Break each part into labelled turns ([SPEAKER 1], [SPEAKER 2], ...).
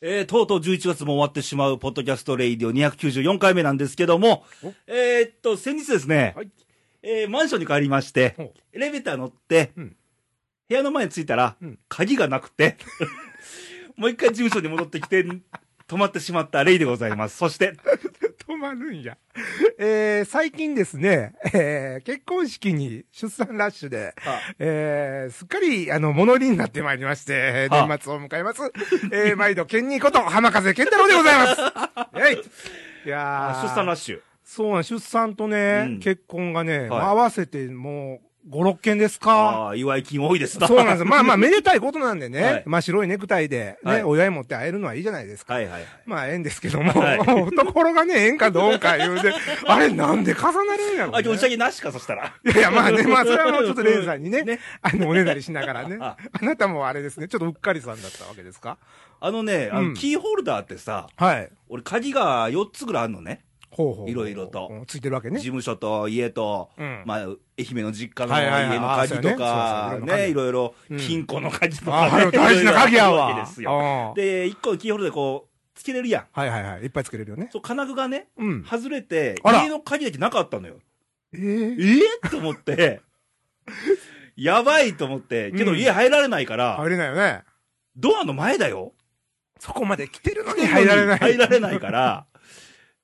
[SPEAKER 1] えーとうとう11月も終わってしまう、ポッドキャストレイディオ294回目なんですけども
[SPEAKER 2] お、
[SPEAKER 1] えーっと、先日ですね、
[SPEAKER 2] はい。
[SPEAKER 1] えーマンションに帰りまして
[SPEAKER 2] ほ、
[SPEAKER 1] エレベーター乗って、
[SPEAKER 2] うん
[SPEAKER 1] 部屋の前に着いたら、
[SPEAKER 2] うん
[SPEAKER 1] 鍵がなく て、もう一回事務所に戻ってきて、止まってしまったレイでございます。そして、
[SPEAKER 2] 止まるんや。えー、最近ですね、えー、結婚式に出産ラッシュで、えー、すっかり、あの、物売りになってまいりまして、
[SPEAKER 1] はあ
[SPEAKER 2] 年末を迎えます。えー、毎度、ケンニーこと、浜風健太郎でござい ます。えい。いやー
[SPEAKER 1] 出産ラッシュ。
[SPEAKER 2] そうなん、出産とね、
[SPEAKER 1] うん
[SPEAKER 2] 結婚がね、
[SPEAKER 1] い
[SPEAKER 2] まあ合わせてもう、5、6件ですか。
[SPEAKER 1] ああー、祝い金多いですな。
[SPEAKER 2] そうなんですよ。まあまあ、めでたいことなんで ね、
[SPEAKER 1] はい
[SPEAKER 2] まあ白いネクタイで、ね、
[SPEAKER 1] はい
[SPEAKER 2] お祝い持って会えるのはいいじゃないですか。
[SPEAKER 1] はいはいはい。
[SPEAKER 2] まあ、ええんですけども、
[SPEAKER 1] はい
[SPEAKER 2] ところがね、ええんかどうか言う て、あれ、なんで重なるんやろ、
[SPEAKER 1] あ、今日打ち上
[SPEAKER 2] ね。
[SPEAKER 1] げなしか、そしたら。
[SPEAKER 2] いやいや、まあね、まあ、それはもうちょっとレイさんに ね、
[SPEAKER 1] ね
[SPEAKER 2] あの、おねだりしながらね、
[SPEAKER 1] あ
[SPEAKER 2] あなたもあれですね、ちょっとうっかりさんだったわけですか
[SPEAKER 1] あのね、あの
[SPEAKER 2] うん
[SPEAKER 1] キーホルダーってさ、
[SPEAKER 2] はい。
[SPEAKER 1] 俺鍵が4つぐらいあるのね。
[SPEAKER 2] ほうほう。
[SPEAKER 1] いろいろと
[SPEAKER 2] うん。ついてるわけ
[SPEAKER 1] 事
[SPEAKER 2] ね。
[SPEAKER 1] 務所と家と、
[SPEAKER 2] うん
[SPEAKER 1] まあ、愛媛の実家の
[SPEAKER 2] はいはいはい
[SPEAKER 1] 家の鍵と
[SPEAKER 2] あ
[SPEAKER 1] か
[SPEAKER 2] ー、そうやねそうそう
[SPEAKER 1] ね、い
[SPEAKER 2] い
[SPEAKER 1] ろいろ
[SPEAKER 2] うん
[SPEAKER 1] 金庫の鍵と
[SPEAKER 2] あ
[SPEAKER 1] か、ね
[SPEAKER 2] あ、大事な鍵
[SPEAKER 1] い
[SPEAKER 2] や
[SPEAKER 1] ろいろある
[SPEAKER 2] わ。
[SPEAKER 1] けですよ
[SPEAKER 2] ああ
[SPEAKER 1] で、1個のキーホルダーでこう、つけれるやん。
[SPEAKER 2] はいはいはい。いっぱいつけれるよね。
[SPEAKER 1] そう、金具がね、
[SPEAKER 2] うん。
[SPEAKER 1] 外れて、
[SPEAKER 2] あら
[SPEAKER 1] 家の鍵だけなかったのよ。え
[SPEAKER 2] えー
[SPEAKER 1] ー、と思って、 やばいと思って、けど
[SPEAKER 2] うん
[SPEAKER 1] 家入られないから、
[SPEAKER 2] 入れないよね。
[SPEAKER 1] ドアの前だよ。
[SPEAKER 2] そこまで来てるのに入られない。
[SPEAKER 1] 入られない から。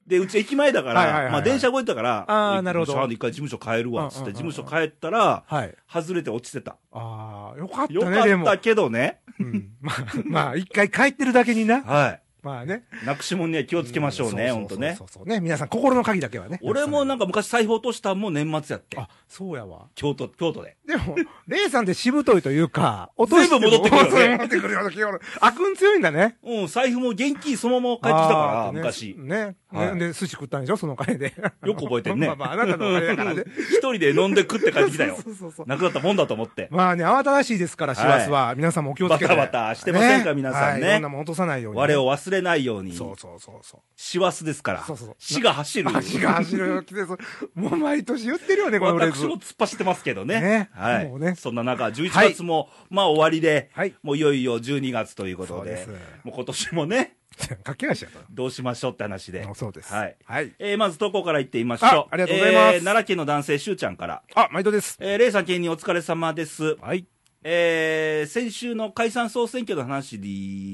[SPEAKER 1] で、うち駅前だから、
[SPEAKER 2] はいはいはいはい
[SPEAKER 1] まあ電車動いてたから、
[SPEAKER 2] あーなるほど
[SPEAKER 1] ちゃんと一回事務所変えるわ、つっ
[SPEAKER 2] うんう
[SPEAKER 1] て、
[SPEAKER 2] ん
[SPEAKER 1] 事
[SPEAKER 2] うんうん
[SPEAKER 1] 務所変えたら、
[SPEAKER 2] はい。
[SPEAKER 1] 外れて落ちてた。
[SPEAKER 2] ああ、よかった
[SPEAKER 1] よ
[SPEAKER 2] ね、で
[SPEAKER 1] かっ
[SPEAKER 2] も。
[SPEAKER 1] たけどね。
[SPEAKER 2] うん。まあ、まあ、一回帰ってるだけにな。
[SPEAKER 1] は
[SPEAKER 2] まあね。
[SPEAKER 1] い。なくしもんには気をつけましょうね、
[SPEAKER 2] ん
[SPEAKER 1] ほんとね
[SPEAKER 2] そ。うそうそうそうね。皆さん、心の鍵だけはね。
[SPEAKER 1] 俺もなん
[SPEAKER 2] か。
[SPEAKER 1] か昔財布落としたんも年末やって。
[SPEAKER 2] あ、そうやわ。
[SPEAKER 1] 京都、京都で。
[SPEAKER 2] でも、レイさんってしぶといというか、落
[SPEAKER 1] 全部戻ってくるよね
[SPEAKER 2] そう戻ってくるような気がする。悪運強いんだね。
[SPEAKER 1] うん、財布も現金そのまま帰ってきたか
[SPEAKER 2] あ
[SPEAKER 1] ら、
[SPEAKER 2] ーね
[SPEAKER 1] 昔。
[SPEAKER 2] ね。
[SPEAKER 1] はい
[SPEAKER 2] ねで、寿司食ったんでしょその金で。
[SPEAKER 1] よく覚えてんね。
[SPEAKER 2] まあまあ、あなたのお金だからね。
[SPEAKER 1] 一人で飲んで食 って帰ってきたよ
[SPEAKER 2] そうそうそう。
[SPEAKER 1] なくなったもんだと思って。
[SPEAKER 2] まあね、慌ただしいですから、師走は。皆さんもお気をつけて。
[SPEAKER 1] バタバタしてませんか皆さんね
[SPEAKER 2] はいいろんなもん落とさないように。
[SPEAKER 1] 我を忘れないように、
[SPEAKER 2] そうそうそうそう。
[SPEAKER 1] 師走ですから
[SPEAKER 2] そうそうそう、
[SPEAKER 1] 死が走る。
[SPEAKER 2] 足が走る季節。もう毎年言って るよね、このフレーズ
[SPEAKER 1] 私 も突っ走ってますけどね。
[SPEAKER 2] ね
[SPEAKER 1] はい。
[SPEAKER 2] もうね
[SPEAKER 1] そんな中、11
[SPEAKER 2] はい
[SPEAKER 1] 月も、まあ終わりで、
[SPEAKER 2] はい
[SPEAKER 1] もういよいよ12月ということで、
[SPEAKER 2] そうで
[SPEAKER 1] もう今年もね、
[SPEAKER 2] 駆け足やか
[SPEAKER 1] どうしましょうって話で
[SPEAKER 2] ら。。そうです。
[SPEAKER 1] はい。
[SPEAKER 2] はい。
[SPEAKER 1] えーまず投稿からいってみましょう。
[SPEAKER 2] あありがとうございます
[SPEAKER 1] えー奈良県の男性、しゅうちゃんから。
[SPEAKER 2] あ、毎度です。
[SPEAKER 1] えー、レイさん、県にお疲れ様です。
[SPEAKER 2] はい。
[SPEAKER 1] えー先週の解散総選挙の話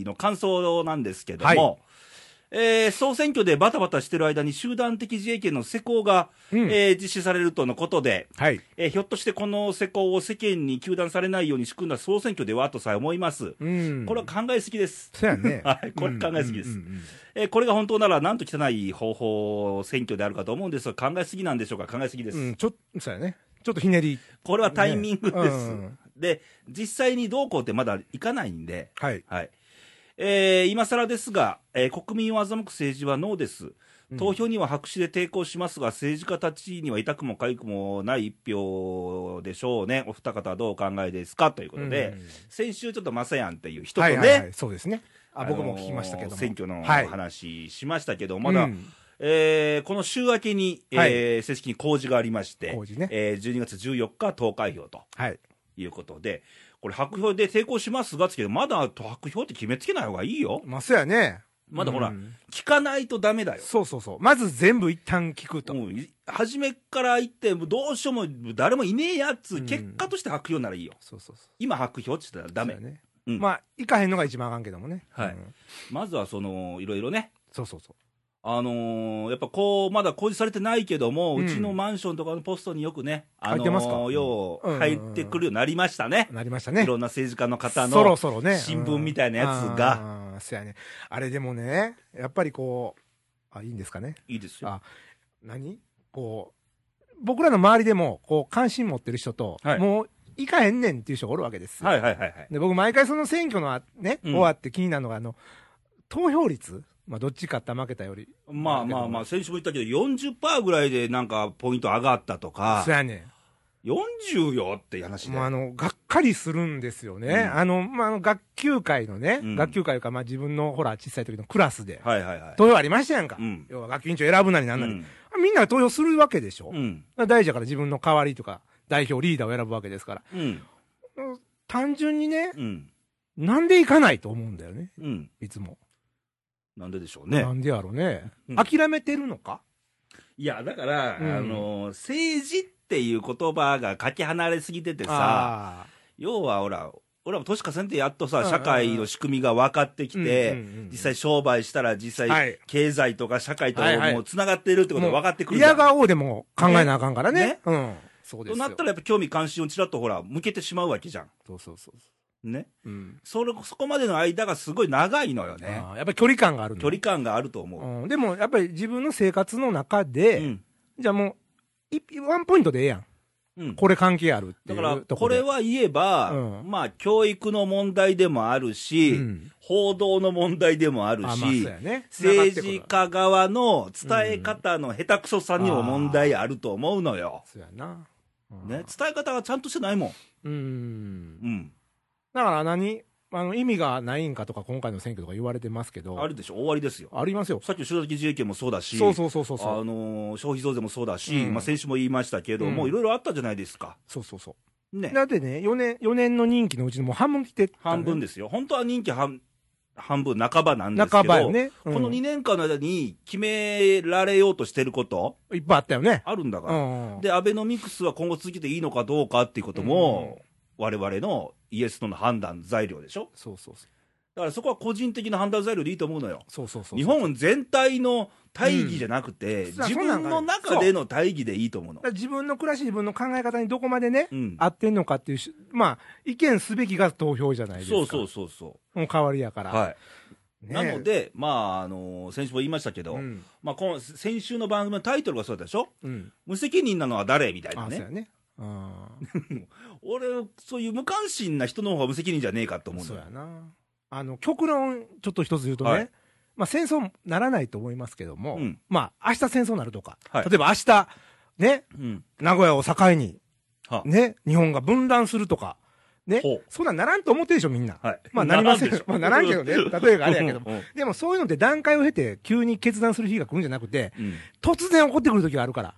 [SPEAKER 1] の感想なんですけども、
[SPEAKER 2] はい
[SPEAKER 1] えー総選挙でバタバタしてる間に集団的自衛権の施行が、
[SPEAKER 2] うん
[SPEAKER 1] えー実施されるとのことで、
[SPEAKER 2] はい。
[SPEAKER 1] えーひょっとしてこの施行を世間に糾弾されないように仕組んだ総選挙ではとさえ思います。
[SPEAKER 2] うん。
[SPEAKER 1] これは考えすぎです。。
[SPEAKER 2] そうやね
[SPEAKER 1] はいこれ考えすぎです
[SPEAKER 2] うんうんうんうん
[SPEAKER 1] えーこれが本当なら、なんと汚い方法選挙であるかと思うんですが、考えすぎなんでしょうか、考えすぎです。
[SPEAKER 2] うん、ちょっと、そうやね。ちょっとひねり。
[SPEAKER 1] これはタイミングです。
[SPEAKER 2] ねうん
[SPEAKER 1] で、実際にどうこうってまだいかないんで、
[SPEAKER 2] はい。
[SPEAKER 1] はい。えー今更ですが、えー国民を欺く政治はノーです。投票には白紙で抵抗しますが、政治家たちには痛くも痒くもない一票でしょうね。お二方はどうお考えですかということで、
[SPEAKER 2] うん
[SPEAKER 1] 先週ちょっとマサヤンっていう人と
[SPEAKER 2] は
[SPEAKER 1] ね、
[SPEAKER 2] いはいはい。そうですね。あ、
[SPEAKER 1] あのー
[SPEAKER 2] 僕も聞きましたけども。
[SPEAKER 1] 選挙の
[SPEAKER 2] はい
[SPEAKER 1] 話しましたけど、まだ、
[SPEAKER 2] うん
[SPEAKER 1] えーこの週明けに、えー
[SPEAKER 2] は
[SPEAKER 1] 正式に公示がありまして、
[SPEAKER 2] 公示ね
[SPEAKER 1] えー12月14日投開票と
[SPEAKER 2] はい。
[SPEAKER 1] いうことで、これ、白票で抵抗しますがつけど、まだ白票って決めつけない方がいいよ。
[SPEAKER 2] まあ、そうやね。
[SPEAKER 1] まだほら、
[SPEAKER 2] うん
[SPEAKER 1] 聞かないとダメだよ。
[SPEAKER 2] そうそうそう。まず全部一旦聞くと。
[SPEAKER 1] もうい初めから言って、もうどうしようも誰もいねえやつ、
[SPEAKER 2] うん
[SPEAKER 1] 結果として白票ならいいよ。
[SPEAKER 2] そうそうそう。
[SPEAKER 1] 今、白票って言ったらダメ。
[SPEAKER 2] そうやね。
[SPEAKER 1] うん
[SPEAKER 2] まあ、行かへんのが一番あかんけどもね。
[SPEAKER 1] はい
[SPEAKER 2] うん
[SPEAKER 1] まずは、その、いろいろね、
[SPEAKER 2] そうそうそ
[SPEAKER 1] あのーやっぱこう、まだ公示されてないけども、う
[SPEAKER 2] うん
[SPEAKER 1] ちのマンションとかのポストによくね、あ
[SPEAKER 2] 入
[SPEAKER 1] の
[SPEAKER 2] ってますか
[SPEAKER 1] ーよ
[SPEAKER 2] うんう
[SPEAKER 1] うん入ってくるようになりましたね
[SPEAKER 2] う。。なりました
[SPEAKER 1] い
[SPEAKER 2] ね。
[SPEAKER 1] ろんな政治家の方
[SPEAKER 2] そろ
[SPEAKER 1] の
[SPEAKER 2] そろね。
[SPEAKER 1] 新聞みたいなやつ
[SPEAKER 2] う
[SPEAKER 1] が、
[SPEAKER 2] ん。あーそうやね。あれでもね、やっぱりこう、あ、いいんですかね。
[SPEAKER 1] いいですよ。
[SPEAKER 2] あ何こう、僕らの周りでも、こう、関心持ってる人と、
[SPEAKER 1] はい
[SPEAKER 2] もう、行かへんねんっていう人がおるわけですよ。
[SPEAKER 1] はいはいはいはい。
[SPEAKER 2] で、僕毎回その選挙のあ、ね、
[SPEAKER 1] うん
[SPEAKER 2] 終わって気になるのが、あの、投票率まあ、どっち勝った負けたより。
[SPEAKER 1] まあまあまあ、先週も言ったけど、40%ぐらいでなんかポイント上がったとか
[SPEAKER 2] そ、やねん。
[SPEAKER 1] 40よっていう話で
[SPEAKER 2] もう。あの、がっかりするんですよね。
[SPEAKER 1] うん
[SPEAKER 2] あの、まあ、あの、学級会のね、
[SPEAKER 1] うん
[SPEAKER 2] 学級会か、まあ、自分の、ほら、小さい時のクラスで、
[SPEAKER 1] はいはいはい。
[SPEAKER 2] 投票ありましたやんか。
[SPEAKER 1] うん
[SPEAKER 2] 要は、学級委員長選ぶなりなんなり。
[SPEAKER 1] うん
[SPEAKER 2] みんなが投票するわけでしょ。
[SPEAKER 1] う
[SPEAKER 2] だか
[SPEAKER 1] ん。
[SPEAKER 2] ら大事だから自分の代わりとか、代表リーダーを選ぶわけですから。
[SPEAKER 1] うん。
[SPEAKER 2] 単純にね、
[SPEAKER 1] うん。
[SPEAKER 2] なんで行かないと思うんだよね、
[SPEAKER 1] うん。
[SPEAKER 2] いつも。
[SPEAKER 1] なんででしょう
[SPEAKER 2] な
[SPEAKER 1] ね。
[SPEAKER 2] んでやろうね。
[SPEAKER 1] うん
[SPEAKER 2] 諦めてるのか
[SPEAKER 1] いや、だから、
[SPEAKER 2] うん
[SPEAKER 1] あの、政治っていう言葉がかけ離れすぎててさ、
[SPEAKER 2] あ
[SPEAKER 1] 要はほら、俺らも年重ねてやっと
[SPEAKER 2] うん
[SPEAKER 1] さ、
[SPEAKER 2] うん
[SPEAKER 1] 社会の仕組みが分かってきて、
[SPEAKER 2] うんうんうん
[SPEAKER 1] 実際商売したら実
[SPEAKER 2] は
[SPEAKER 1] 際
[SPEAKER 2] い、
[SPEAKER 1] 経済とか社会と
[SPEAKER 2] はいはい
[SPEAKER 1] もう繋がってるって
[SPEAKER 2] ー。
[SPEAKER 1] ことが分かってくるじゃ
[SPEAKER 2] 嫌
[SPEAKER 1] ん
[SPEAKER 2] 顔でも考えなあかんからね。
[SPEAKER 1] ね
[SPEAKER 2] うん。そうです
[SPEAKER 1] とな
[SPEAKER 2] よ。
[SPEAKER 1] ったらやっぱ興味関心をちらっとほら、向けてしまうわけじゃん。
[SPEAKER 2] そうそうそうそ
[SPEAKER 1] ね。
[SPEAKER 2] う。うん。
[SPEAKER 1] それ、そこまでの間がすごい長いのよね。
[SPEAKER 2] あーやっぱり距離感があるの
[SPEAKER 1] 距離感があると思う。
[SPEAKER 2] うん。でも、やっぱり自分の生活の中で、
[SPEAKER 1] うん。
[SPEAKER 2] じゃあもう、いワンポイントでええやん。
[SPEAKER 1] うん。
[SPEAKER 2] これ関係あるって
[SPEAKER 1] だ
[SPEAKER 2] い
[SPEAKER 1] から
[SPEAKER 2] う、と
[SPEAKER 1] こ
[SPEAKER 2] ころ
[SPEAKER 1] れ
[SPEAKER 2] で。
[SPEAKER 1] は言えば、
[SPEAKER 2] うん
[SPEAKER 1] まあ、教育の問題でもあるし、
[SPEAKER 2] うん
[SPEAKER 1] 報道の問題でもあるし、
[SPEAKER 2] あまあそうやね
[SPEAKER 1] 政治家側の伝え方の下手くそさにも問題あると思うのよ。
[SPEAKER 2] そうやな。うん
[SPEAKER 1] ね、伝え方がちゃんとしてないもん。
[SPEAKER 2] うん。
[SPEAKER 1] うん。
[SPEAKER 2] だから何あの、意味がないんかとか、今回の選挙とか言われてますけど。
[SPEAKER 1] あるでしょ、終わりですよ。
[SPEAKER 2] ありますよ。
[SPEAKER 1] さっきの消費税自衛権もそうだし、
[SPEAKER 2] そうそうそうそうそ
[SPEAKER 1] あ
[SPEAKER 2] う。
[SPEAKER 1] のー消費増税もそうだし、
[SPEAKER 2] うん
[SPEAKER 1] まあ、先週も言いましたけど、
[SPEAKER 2] うん
[SPEAKER 1] もういろいろあったじゃないですか。
[SPEAKER 2] そうそうそう。
[SPEAKER 1] ね。
[SPEAKER 2] だってね、4年、四年の任期のうちのもう半分来てたね、
[SPEAKER 1] 半分ですよ。本当は任期半、半分半ばなんですけど。
[SPEAKER 2] 半ばよね。うん
[SPEAKER 1] この2年間の間に決められようとしてること、
[SPEAKER 2] いっぱいあったよね。
[SPEAKER 1] あるんだから、
[SPEAKER 2] うん。
[SPEAKER 1] でアベノミクスは今後続けていいのかどうかっていうことも、我々のイエスとの判断材料でしょ、
[SPEAKER 2] そうそうそう。
[SPEAKER 1] だからそこは個人的な判断材料でいいと思うのよ、
[SPEAKER 2] そうそうそう。
[SPEAKER 1] 日本全体の大義じゃなくて、
[SPEAKER 2] うん
[SPEAKER 1] 自分の中での大義でいいと思うの
[SPEAKER 2] だか。ら自分の暮らし、自分の考え方にどこまでね、
[SPEAKER 1] うん
[SPEAKER 2] 合ってんのかっていうし、まあ、意見すべきが投票じゃないですか。
[SPEAKER 1] そうそうそうそ
[SPEAKER 2] もう代わりやか
[SPEAKER 1] う、
[SPEAKER 2] ら。
[SPEAKER 1] はい
[SPEAKER 2] ね
[SPEAKER 1] なの、で、まああの先週も言いましたけど、
[SPEAKER 2] うん。
[SPEAKER 1] まあ、この先週の番組のタイトルがそうだったでしょ、
[SPEAKER 2] うん。
[SPEAKER 1] 無責任なのは誰みたいな、
[SPEAKER 2] あそう
[SPEAKER 1] ね
[SPEAKER 2] や、ね。 うん。
[SPEAKER 1] 俺、そういう無関心な人の方が無責任じゃねえかと思うん
[SPEAKER 2] そ
[SPEAKER 1] だよ
[SPEAKER 2] うやな。あの、極論、ちょっと一つ言うとね、
[SPEAKER 1] はい
[SPEAKER 2] まあ戦争ならないと思いますけども、
[SPEAKER 1] うん
[SPEAKER 2] まあ明日戦争になるとか、
[SPEAKER 1] はい
[SPEAKER 2] 例えば明日、ね、
[SPEAKER 1] うん
[SPEAKER 2] 名古屋を境に、
[SPEAKER 1] は
[SPEAKER 2] ね、日本が分断するとか、ね
[SPEAKER 1] ほう、
[SPEAKER 2] そんなんならんと思ってるでしょ、みんな。
[SPEAKER 1] はい
[SPEAKER 2] まあなりません
[SPEAKER 1] ならんでしょ
[SPEAKER 2] まあならんけどね、例えがあれやけども
[SPEAKER 1] うんうん
[SPEAKER 2] でもそういうのって段階を経て、急に決断する日が来るんじゃなくて、
[SPEAKER 1] うん
[SPEAKER 2] 突然起こってくる時があるから。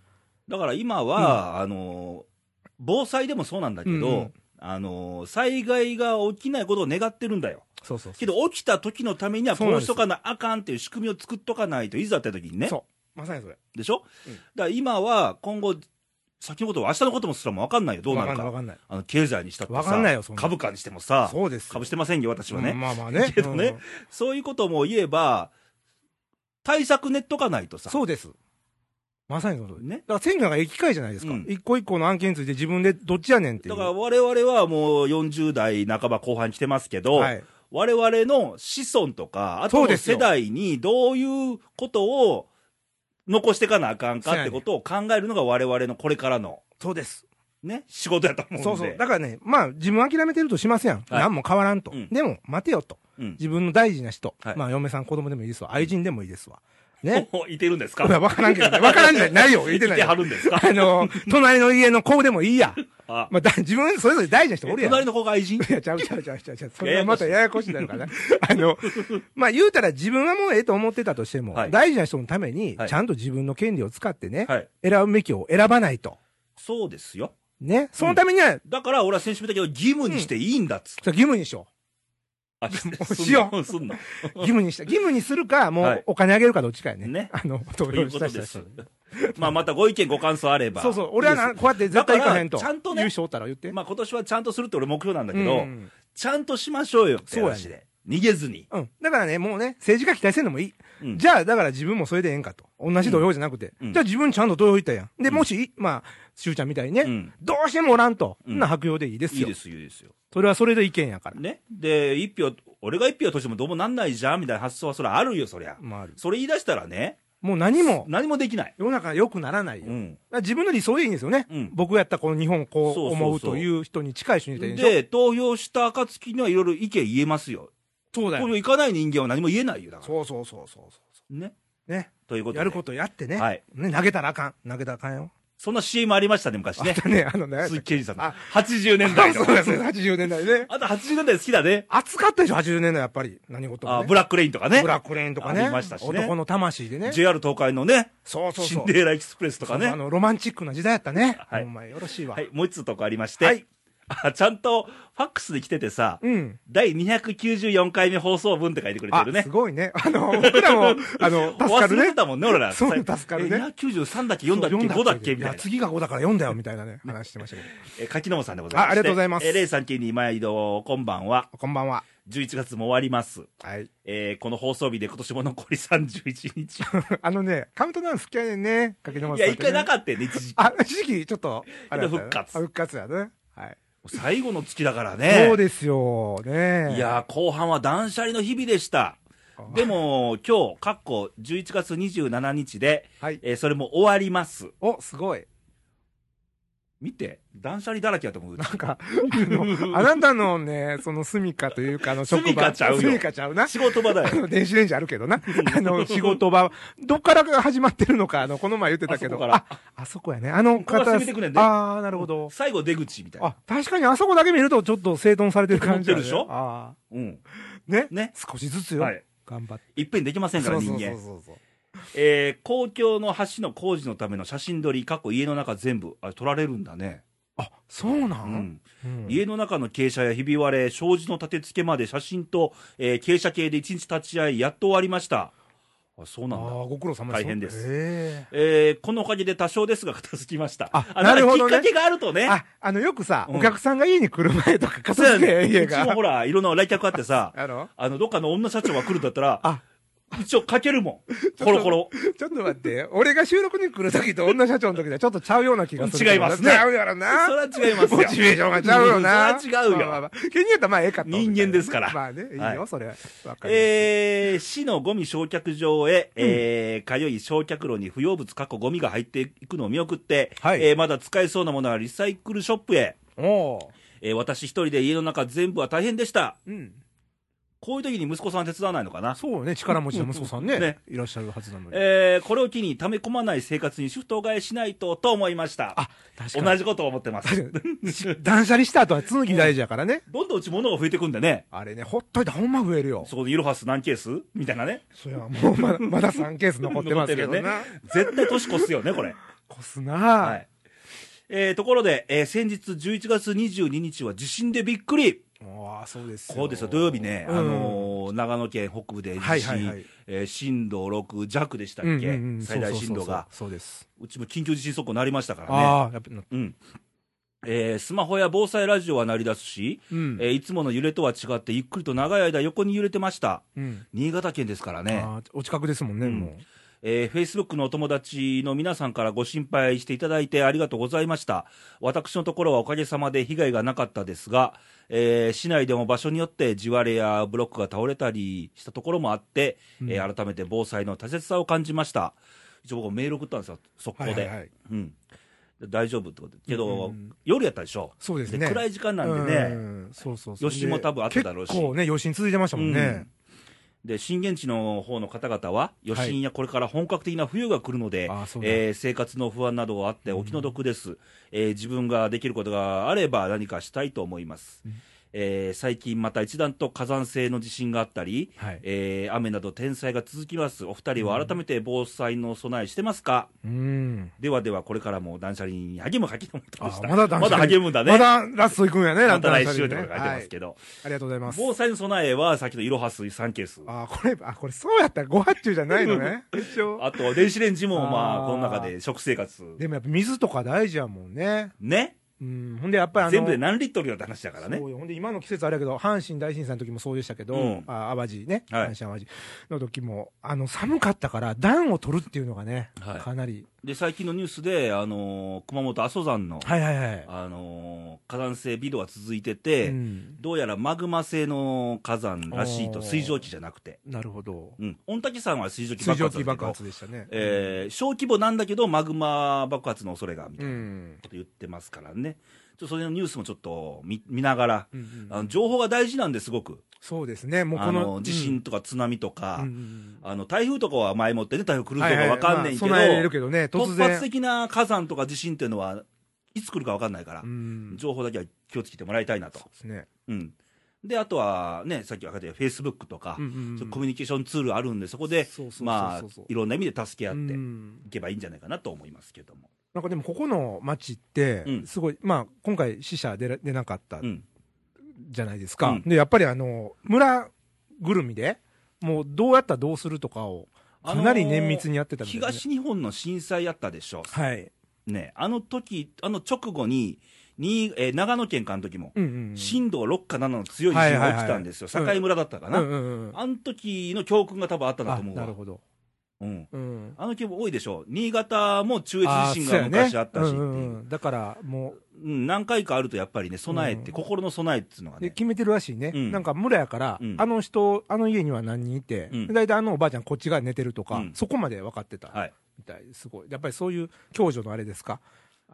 [SPEAKER 1] だから今は、あのー防災でもそうなんだけど、
[SPEAKER 2] うんうん
[SPEAKER 1] あのー災害が起きないことを願ってるんだよ。
[SPEAKER 2] そうそう
[SPEAKER 1] けど起きた時のためには
[SPEAKER 2] そう
[SPEAKER 1] こ
[SPEAKER 2] なん
[SPEAKER 1] う
[SPEAKER 2] で
[SPEAKER 1] し
[SPEAKER 2] す
[SPEAKER 1] とかなあかんっていう仕組みを作っとかないといざって時にね。
[SPEAKER 2] そう。まさにそれ。
[SPEAKER 1] でしょ、
[SPEAKER 2] うん
[SPEAKER 1] だから今は今後先のこと明日のこともすらも分かんないよどうなる
[SPEAKER 2] わ
[SPEAKER 1] か
[SPEAKER 2] かんないわかんない。
[SPEAKER 1] あの経済にしたってさ
[SPEAKER 2] わかんないよそんな
[SPEAKER 1] 株価にしてもさ
[SPEAKER 2] そうですよ。
[SPEAKER 1] 株してませんよ私はね、
[SPEAKER 2] うんまあまあ ね。
[SPEAKER 1] けどね
[SPEAKER 2] うん
[SPEAKER 1] そういうことも言えば対策練っとかないとさ
[SPEAKER 2] そうです。まさにその通り。
[SPEAKER 1] ね
[SPEAKER 2] だから選挙なんか機会じゃないですか。
[SPEAKER 1] うん
[SPEAKER 2] 一個一個の案件について自分でどっちやねんってい
[SPEAKER 1] だ
[SPEAKER 2] う。
[SPEAKER 1] から我々はもう40代半ば後半に来てますけど、
[SPEAKER 2] はい。
[SPEAKER 1] 我々の子孫とか、あ
[SPEAKER 2] そ
[SPEAKER 1] と
[SPEAKER 2] う
[SPEAKER 1] の
[SPEAKER 2] ですよ
[SPEAKER 1] 世代にどういうことを残してかなあかんかってことを考えるのが我々のこれからの、
[SPEAKER 2] そうです。
[SPEAKER 1] ね、仕事やと思うんで。
[SPEAKER 2] そうそう。だからね、まあ自分諦めてるとしますやん。何も変わらんと
[SPEAKER 1] うん。
[SPEAKER 2] でも、待てよと。
[SPEAKER 1] うん
[SPEAKER 2] 自分の大事な人
[SPEAKER 1] はい。
[SPEAKER 2] まあ嫁さん、子供でもいいですわ。愛人でもいいですわ。ね。
[SPEAKER 1] おいてるんですか
[SPEAKER 2] い やわからんけ どね。わからんじゃないよ。言ってない
[SPEAKER 1] ては
[SPEAKER 2] よ。
[SPEAKER 1] るんですか
[SPEAKER 2] あの、隣の家の子でもいいや。
[SPEAKER 1] あ
[SPEAKER 2] まあだ自分、それぞれ大事な人おるやん。
[SPEAKER 1] 隣の子が愛 人
[SPEAKER 2] いや、ちゃうちゃうちゃうちゃうちゃう。そ
[SPEAKER 1] やや
[SPEAKER 2] れは
[SPEAKER 1] こ
[SPEAKER 2] ま
[SPEAKER 1] しい
[SPEAKER 2] たややこしいなるからね。あの、まあ言うたら自分はもうええと思ってたとしても、
[SPEAKER 1] はい
[SPEAKER 2] 大事な人のために、
[SPEAKER 1] はい
[SPEAKER 2] ちゃんと自分の権利を使ってね、
[SPEAKER 1] はい。
[SPEAKER 2] 選ぶべきを選ばないと。
[SPEAKER 1] そうですよ。
[SPEAKER 2] ね。そのためには、
[SPEAKER 1] だから俺は先週も言ったけど、義務にしていいんだっつって。
[SPEAKER 2] それ義務にしよ
[SPEAKER 1] あして
[SPEAKER 2] もう
[SPEAKER 1] すんの
[SPEAKER 2] しよ
[SPEAKER 1] すんの。
[SPEAKER 2] う。義務にした。義務にするか、も
[SPEAKER 1] は
[SPEAKER 2] う
[SPEAKER 1] い
[SPEAKER 2] お金あげるかどっちかやね。
[SPEAKER 1] ね
[SPEAKER 2] あの、投
[SPEAKER 1] とい
[SPEAKER 2] 票
[SPEAKER 1] うこ
[SPEAKER 2] し
[SPEAKER 1] と
[SPEAKER 2] た人
[SPEAKER 1] で
[SPEAKER 2] たち
[SPEAKER 1] す。 まあまたご意見ご感想あれば。
[SPEAKER 2] そうそう。俺はな、こうやって絶対行かへんと。
[SPEAKER 1] だからちゃんとね
[SPEAKER 2] 優勝ったら言って。
[SPEAKER 1] まあ今年はちゃんとするって俺目標なんだけ
[SPEAKER 2] う
[SPEAKER 1] ど、
[SPEAKER 2] ん
[SPEAKER 1] ちゃんとしましょうよって話で。逃げずに。
[SPEAKER 2] うん。だからね、もうね、政治家期待せんのもいい。
[SPEAKER 1] うん
[SPEAKER 2] じゃあ、だから自分もそれでええんかと。同じ土俵じゃなくて。
[SPEAKER 1] うん
[SPEAKER 2] じゃあ自分ちゃんと土俵行ったやん。で、もし、まあ、しゅうちゃんみたいにね、
[SPEAKER 1] うん
[SPEAKER 2] どうしてもおらんと。
[SPEAKER 1] うん
[SPEAKER 2] ん、な白用でいいです
[SPEAKER 1] いい
[SPEAKER 2] よ。
[SPEAKER 1] ですよ、いいですよ。
[SPEAKER 2] それはそれで意見やから。
[SPEAKER 1] ね。で、一票、俺が一票としてもどうもなんないじゃんみたいな発想はそれあるよ、そりゃ。
[SPEAKER 2] まあある、
[SPEAKER 1] それ言い出したらね、
[SPEAKER 2] もう何も、
[SPEAKER 1] 何もできない。
[SPEAKER 2] 世の中良くならないよ。
[SPEAKER 1] う
[SPEAKER 2] だか
[SPEAKER 1] ん。
[SPEAKER 2] ら自分の理想でいいんですよね。
[SPEAKER 1] うん
[SPEAKER 2] 僕がやったこの日本こう
[SPEAKER 1] そうそうそう
[SPEAKER 2] 思うという人に近い人にいたらいいんでしょ
[SPEAKER 1] で、投票した暁にはいろいろ意見言えますよ。
[SPEAKER 2] そうだ
[SPEAKER 1] 投
[SPEAKER 2] よ。
[SPEAKER 1] 票行かない人間は何も言えないよ、だから。
[SPEAKER 2] そうそうそうそうそ
[SPEAKER 1] ね。
[SPEAKER 2] う。ね。
[SPEAKER 1] ということで。
[SPEAKER 2] やることやってね。
[SPEAKER 1] はい
[SPEAKER 2] ね、投げたらあかん。投げたらあかんよ。
[SPEAKER 1] そんな CM ありましたね、昔
[SPEAKER 2] あ
[SPEAKER 1] ね
[SPEAKER 2] と。ね、あの ね。
[SPEAKER 1] 鈴木健二さんの。
[SPEAKER 2] あ
[SPEAKER 1] 80年代の。
[SPEAKER 2] そうです、80年代ね。
[SPEAKER 1] あと80年代好きだね。
[SPEAKER 2] 暑かったでしょ、80年代やっぱり。何事も、ね。
[SPEAKER 1] あブラックレインとかね。
[SPEAKER 2] ブラックレーンとかね。
[SPEAKER 1] ありましたしね
[SPEAKER 2] 男の魂でね。
[SPEAKER 1] JR 東海のね、
[SPEAKER 2] そうそう
[SPEAKER 1] シ
[SPEAKER 2] そう
[SPEAKER 1] ン。デレラエクスプレスとか
[SPEAKER 2] そうそう
[SPEAKER 1] ね
[SPEAKER 2] あ。の、ロマンチックな時代やったね。
[SPEAKER 1] はい
[SPEAKER 2] お前よろしいわ。
[SPEAKER 1] はい、もう一つとこありまして、
[SPEAKER 2] はい
[SPEAKER 1] あちゃんとファックスで来ててさ、
[SPEAKER 2] うん。
[SPEAKER 1] 第294回目放送分って書いてくれて
[SPEAKER 2] あ
[SPEAKER 1] る、
[SPEAKER 2] す
[SPEAKER 1] ね。
[SPEAKER 2] ごいね。あの、僕らも、あの、助か
[SPEAKER 1] 忘
[SPEAKER 2] る
[SPEAKER 1] れ
[SPEAKER 2] ね
[SPEAKER 1] て。たもんね、俺ら。
[SPEAKER 2] そう助かるね
[SPEAKER 1] え293だっけ、4だっけ、
[SPEAKER 2] そう
[SPEAKER 1] 5だっけ、み
[SPEAKER 2] い
[SPEAKER 1] た
[SPEAKER 2] や、
[SPEAKER 1] いな。
[SPEAKER 2] 次が5だから4だよ、みたいなね、話してま したけど。
[SPEAKER 1] え、柿野さんでございます。
[SPEAKER 2] あありがとうございます
[SPEAKER 1] え、レイさんに毎度、こんばんは。
[SPEAKER 2] こんばんは。
[SPEAKER 1] 11月も終わります。
[SPEAKER 2] はい。
[SPEAKER 1] えーこの放送日で今年も残り31日。
[SPEAKER 2] あのね、カウントダウン好きやねんね、かけてま
[SPEAKER 1] い
[SPEAKER 2] す
[SPEAKER 1] や、一回な
[SPEAKER 2] っ
[SPEAKER 1] かったよね、一時期。
[SPEAKER 2] あ、一時期、ちょっと、あれだったよね
[SPEAKER 1] 復活
[SPEAKER 2] あ復活やね。はい。
[SPEAKER 1] 最後の月だからね。
[SPEAKER 2] そうですよ、ね
[SPEAKER 1] いやー、後半は断捨離の日々でした。でも、今日、かっこ11月27日で、
[SPEAKER 2] はい。
[SPEAKER 1] えーそれも終わります。
[SPEAKER 2] お、すごい。
[SPEAKER 1] 見て、断捨離だらけやと思う。
[SPEAKER 2] なんか、あ の、あなたのね、その住処というか、あの、職
[SPEAKER 1] 住処
[SPEAKER 2] 場。
[SPEAKER 1] ちゃうよ
[SPEAKER 2] 住処ちゃうな。
[SPEAKER 1] 仕事場だ
[SPEAKER 2] あ
[SPEAKER 1] よ。
[SPEAKER 2] の電子レンジあるけど な。あの、仕事場、どっからが始まってるのか、あの、この前言ってたけ
[SPEAKER 1] あそこ
[SPEAKER 2] ど。
[SPEAKER 1] から
[SPEAKER 2] あ、あそこやね。あの
[SPEAKER 1] ここが
[SPEAKER 2] 方、
[SPEAKER 1] 攻めてくれんで
[SPEAKER 2] あー、なるほど。
[SPEAKER 1] 最後出口みたいな。
[SPEAKER 2] あ、確かにあそこだけ見るとちょっと整頓されてる感じだ
[SPEAKER 1] 整って
[SPEAKER 2] ね
[SPEAKER 1] るでしょ
[SPEAKER 2] あ
[SPEAKER 1] うん。
[SPEAKER 2] ーね
[SPEAKER 1] ね
[SPEAKER 2] 少しずつよ。
[SPEAKER 1] はい。
[SPEAKER 2] 頑張って。
[SPEAKER 1] いっぺんにできませんから、人間。
[SPEAKER 2] そうそう。
[SPEAKER 1] えー公共の橋の工事のための写真撮り、過去家の中全部、あれ撮られるんだね。
[SPEAKER 2] あ、そうな
[SPEAKER 1] うんん。
[SPEAKER 2] うん
[SPEAKER 1] 家の中の傾斜やひび割れ、障子の立て付けまで写真と、えー傾斜系で一日立ち会い、やっと終わりました。あ、そう
[SPEAKER 2] あ
[SPEAKER 1] なんだ。
[SPEAKER 2] ー、ご苦労様
[SPEAKER 1] 大変です
[SPEAKER 2] へ
[SPEAKER 1] えーこのおかげで多少ですが片付きました。
[SPEAKER 2] あ
[SPEAKER 1] あな
[SPEAKER 2] な
[SPEAKER 1] る
[SPEAKER 2] る
[SPEAKER 1] ほ
[SPEAKER 2] ほ
[SPEAKER 1] ど、
[SPEAKER 2] ど
[SPEAKER 1] きっ
[SPEAKER 2] ね
[SPEAKER 1] かけがあるとね。
[SPEAKER 2] ー。あ、あの、よくさ、
[SPEAKER 1] うん
[SPEAKER 2] お客さんが家に来る前とか、片
[SPEAKER 1] そうや
[SPEAKER 2] 付け、
[SPEAKER 1] ね
[SPEAKER 2] 家
[SPEAKER 1] うちも
[SPEAKER 2] が
[SPEAKER 1] ほ。ら、いろんな来客あってさ、
[SPEAKER 2] あの
[SPEAKER 1] あの、どっかの女社長が来るんだったら、
[SPEAKER 2] あ
[SPEAKER 1] 一応かける もん。コロコロ。
[SPEAKER 2] ちょっと待って、俺が収録に来るときと女社長のときではちょっとちゃうような気がするけど。
[SPEAKER 1] 違いますね
[SPEAKER 2] ちゃうやろな。
[SPEAKER 1] それは違いますよ
[SPEAKER 2] モチベーションがちゃうよな。
[SPEAKER 1] それは違うよ
[SPEAKER 2] まあまあまあケニーやったらまあええかった
[SPEAKER 1] 人間ですから
[SPEAKER 2] まあね、いいよ、
[SPEAKER 1] はい
[SPEAKER 2] それは。わかります
[SPEAKER 1] えー市のゴミ焼却場へ、えー通い焼却炉に不要物過去ゴミが入っていくのを見送って、
[SPEAKER 2] はい
[SPEAKER 1] えーまだ使えそうなものはリサイクルショップへ。
[SPEAKER 2] おう
[SPEAKER 1] えー私一人で家の中全部は大変でした。
[SPEAKER 2] うん。
[SPEAKER 1] こういう時に息子さんは手伝わないのかな。
[SPEAKER 2] そうね、力持ちの息子さんね、
[SPEAKER 1] ね
[SPEAKER 2] いらっしゃるはずなのに。
[SPEAKER 1] えーこれを機に溜め込まない生活にシフト替えしないとと思いました。
[SPEAKER 2] あ、確か
[SPEAKER 1] 同
[SPEAKER 2] に。
[SPEAKER 1] じことを思ってます。
[SPEAKER 2] 断捨離した後は続き大事やからね。
[SPEAKER 1] どんどんうち物が増えてくんだね。
[SPEAKER 2] あれね、ほっといたらほんま増えるよ。
[SPEAKER 1] そこでイロハス何ケースみたいなね。
[SPEAKER 2] そや、もう まだ、まだ3ケース残ってますけど
[SPEAKER 1] 残ってる
[SPEAKER 2] な。
[SPEAKER 1] 絶対年越すよね、これ。
[SPEAKER 2] こすな
[SPEAKER 1] はい。えーところで、えー先日11月22日は地震でびっくり。
[SPEAKER 2] ああ、そうですよ。
[SPEAKER 1] そうですよ、土曜日ね、
[SPEAKER 2] うん
[SPEAKER 1] あのー長野県北部で地震、
[SPEAKER 2] はいはいはい
[SPEAKER 1] えー震度6弱でしたっけ、
[SPEAKER 2] うんうんうん
[SPEAKER 1] 最大震度が。
[SPEAKER 2] そうそうそうそうです。
[SPEAKER 1] うちも緊急地震速報なりましたからね。
[SPEAKER 2] ああ、やっぱ、
[SPEAKER 1] うん。えースマホや防災ラジオは鳴り出すし、
[SPEAKER 2] うん
[SPEAKER 1] えーいつもの揺れとは違って、ゆっくりと長い間横に揺れてました。
[SPEAKER 2] うん。
[SPEAKER 1] 新潟県ですからね。
[SPEAKER 2] あーお近くですもんね、
[SPEAKER 1] ん
[SPEAKER 2] もう。
[SPEAKER 1] えー、Facebook のお友達の皆さんからご心配していただいてありがとうございました。私のところはおかげさまで被害がなかったですが、えー市内でも場所によって地割れやブロックが倒れたりしたところもあって、えー改めて防災の大切さを感じました。一応僕メール送ったんですよ、速攻で。
[SPEAKER 2] はいはいはい
[SPEAKER 1] うん、大丈夫ってことで。けど、
[SPEAKER 2] うんうん
[SPEAKER 1] 夜やったでしょ。
[SPEAKER 2] そうですね。
[SPEAKER 1] 暗い時間なんで
[SPEAKER 2] う
[SPEAKER 1] ね、
[SPEAKER 2] んそうそうそう。
[SPEAKER 1] 余震も多分あっただろうし
[SPEAKER 2] 結構ね、余震続いてましたもんね。
[SPEAKER 1] で震源地の方の方々は、余震やこれから本格的な冬が来るので、
[SPEAKER 2] あーそうだ
[SPEAKER 1] えー生活の不安などがあって、お気の毒です、えー自分ができることがあれば、何かしたいと思います。えー最近また一段と火山性の地震があったり、
[SPEAKER 2] はい
[SPEAKER 1] えー雨など天災が続きます、お二人は改めて防災の備えしてますか、
[SPEAKER 2] うん。
[SPEAKER 1] ではではこれからも断捨離に励むかきのもとでし
[SPEAKER 2] あ
[SPEAKER 1] た、
[SPEAKER 2] まだ断捨離
[SPEAKER 1] 励むんだね、
[SPEAKER 2] まだラスト行くんやね、
[SPEAKER 1] また
[SPEAKER 2] ラン
[SPEAKER 1] 来
[SPEAKER 2] タン
[SPEAKER 1] 週
[SPEAKER 2] シャ
[SPEAKER 1] って
[SPEAKER 2] リ
[SPEAKER 1] 書
[SPEAKER 2] ね
[SPEAKER 1] いてますけど、
[SPEAKER 2] はいありがとうございます。
[SPEAKER 1] 防災の備えは、さっきのいろは水3ケース。
[SPEAKER 2] あーこれ、あ、これそうやったらご発注じゃないのね。一応。
[SPEAKER 1] あと、電子レンジも、ま
[SPEAKER 2] あ
[SPEAKER 1] あ、
[SPEAKER 2] ー
[SPEAKER 1] この中で食生活。
[SPEAKER 2] でもやっぱ水とか大事やもんね。
[SPEAKER 1] ね。
[SPEAKER 2] うん。ほんでやっぱりあの、
[SPEAKER 1] 全部で何リットルよって話だからね
[SPEAKER 2] そ。うよほんで今の季節あれやけど、阪神大震災の時もそうでしたけど、
[SPEAKER 1] うん
[SPEAKER 2] あ淡路ね、
[SPEAKER 1] はい
[SPEAKER 2] 阪神淡路の時も、あの寒かったから、暖を取るっていうのがね、
[SPEAKER 1] はい
[SPEAKER 2] かなり、
[SPEAKER 1] で、最近のニュースで、あのー熊本阿蘇山の、
[SPEAKER 2] はいはいはい、
[SPEAKER 1] あのー火山性微動が続いてて、
[SPEAKER 2] うん
[SPEAKER 1] どうやらマグマ性の火山らしいと、
[SPEAKER 2] おー
[SPEAKER 1] 水蒸気じゃなくて。
[SPEAKER 2] なるほど、
[SPEAKER 1] うん。御嶽山は水蒸気
[SPEAKER 2] 水
[SPEAKER 1] 爆
[SPEAKER 2] 蒸
[SPEAKER 1] 発だ
[SPEAKER 2] 気
[SPEAKER 1] ったけ
[SPEAKER 2] 爆
[SPEAKER 1] ど
[SPEAKER 2] 発でしたね。
[SPEAKER 1] えー小規模なんだけど、マグマ爆発の恐れが、みた
[SPEAKER 2] う
[SPEAKER 1] いなんこと言ってますからね。ちょっとそれのニュースもちょっと見見ながら、
[SPEAKER 2] うんうん
[SPEAKER 1] あの情報が大事なんですごく。
[SPEAKER 2] そうですね、もう
[SPEAKER 1] あ
[SPEAKER 2] この、
[SPEAKER 1] の地震とか津波とか、
[SPEAKER 2] うんうん
[SPEAKER 1] あの台風とかは前もってね、台風来
[SPEAKER 2] う
[SPEAKER 1] ると
[SPEAKER 2] ん
[SPEAKER 1] か
[SPEAKER 2] はいはい
[SPEAKER 1] わかんねんけど、
[SPEAKER 2] まあ備えれるけどね、突
[SPEAKER 1] 突
[SPEAKER 2] 然、
[SPEAKER 1] 発的な火山とか地震っていうのは、いつ来るかわかんないから、
[SPEAKER 2] うん、
[SPEAKER 1] 情報だけは気をつけてもらいたいなと。
[SPEAKER 2] ですね、
[SPEAKER 1] うん、で、あとはね、さっき分かったように、フェイスブックとか、
[SPEAKER 2] うんうんうん
[SPEAKER 1] そういうコミュニケーションツールあるんで、そこで
[SPEAKER 2] そうそうそうそう、
[SPEAKER 1] まあ、いろんな意味で助け合
[SPEAKER 2] う
[SPEAKER 1] って
[SPEAKER 2] ん
[SPEAKER 1] いけばいいんじゃないかなと思いますけども。
[SPEAKER 2] なんかでもここの町って
[SPEAKER 1] う、ん
[SPEAKER 2] すごい、まあ今回死者出ら出なかった
[SPEAKER 1] うん、
[SPEAKER 2] じゃないですか。
[SPEAKER 1] うん
[SPEAKER 2] で、やっぱりあの、村ぐるみで、もうどうやったらどうするとかを、かなり綿密にやってたみたいです
[SPEAKER 1] 東
[SPEAKER 2] ね
[SPEAKER 1] 日本の震災やったでしょ、
[SPEAKER 2] はい。
[SPEAKER 1] ね、あの時あの直後にに、えー長野県かの時も、
[SPEAKER 2] うんうんうん。
[SPEAKER 1] 震度6か7の強い地震が起きたんですよ、
[SPEAKER 2] はいはいはい
[SPEAKER 1] 境村だったかな、
[SPEAKER 2] うんうんうん。
[SPEAKER 1] あの時の教訓が多分あったんだと思う
[SPEAKER 2] あ
[SPEAKER 1] わ
[SPEAKER 2] なる、ほど。
[SPEAKER 1] うん、
[SPEAKER 2] うん。
[SPEAKER 1] あの規模多いでしょ、新潟も中越
[SPEAKER 2] あ
[SPEAKER 1] 地
[SPEAKER 2] ー
[SPEAKER 1] 震
[SPEAKER 2] そう
[SPEAKER 1] が
[SPEAKER 2] やね
[SPEAKER 1] 昔あったしっていうう、
[SPEAKER 2] んうんうんだからもう、
[SPEAKER 1] うん何回かあるとやっぱりね、備えって、
[SPEAKER 2] うん
[SPEAKER 1] 心の備えっていうのが
[SPEAKER 2] で
[SPEAKER 1] ね、
[SPEAKER 2] 決めてるらしいね、
[SPEAKER 1] うん
[SPEAKER 2] なんか村やから、
[SPEAKER 1] うん
[SPEAKER 2] あの人、あの家には何人いて、
[SPEAKER 1] うん
[SPEAKER 2] で大体あのおばあちゃん、こっちが寝てるとか、
[SPEAKER 1] うん
[SPEAKER 2] そこまで分かってた
[SPEAKER 1] はい、
[SPEAKER 2] みたい、すごい、やっぱりそういう共助のあれですか、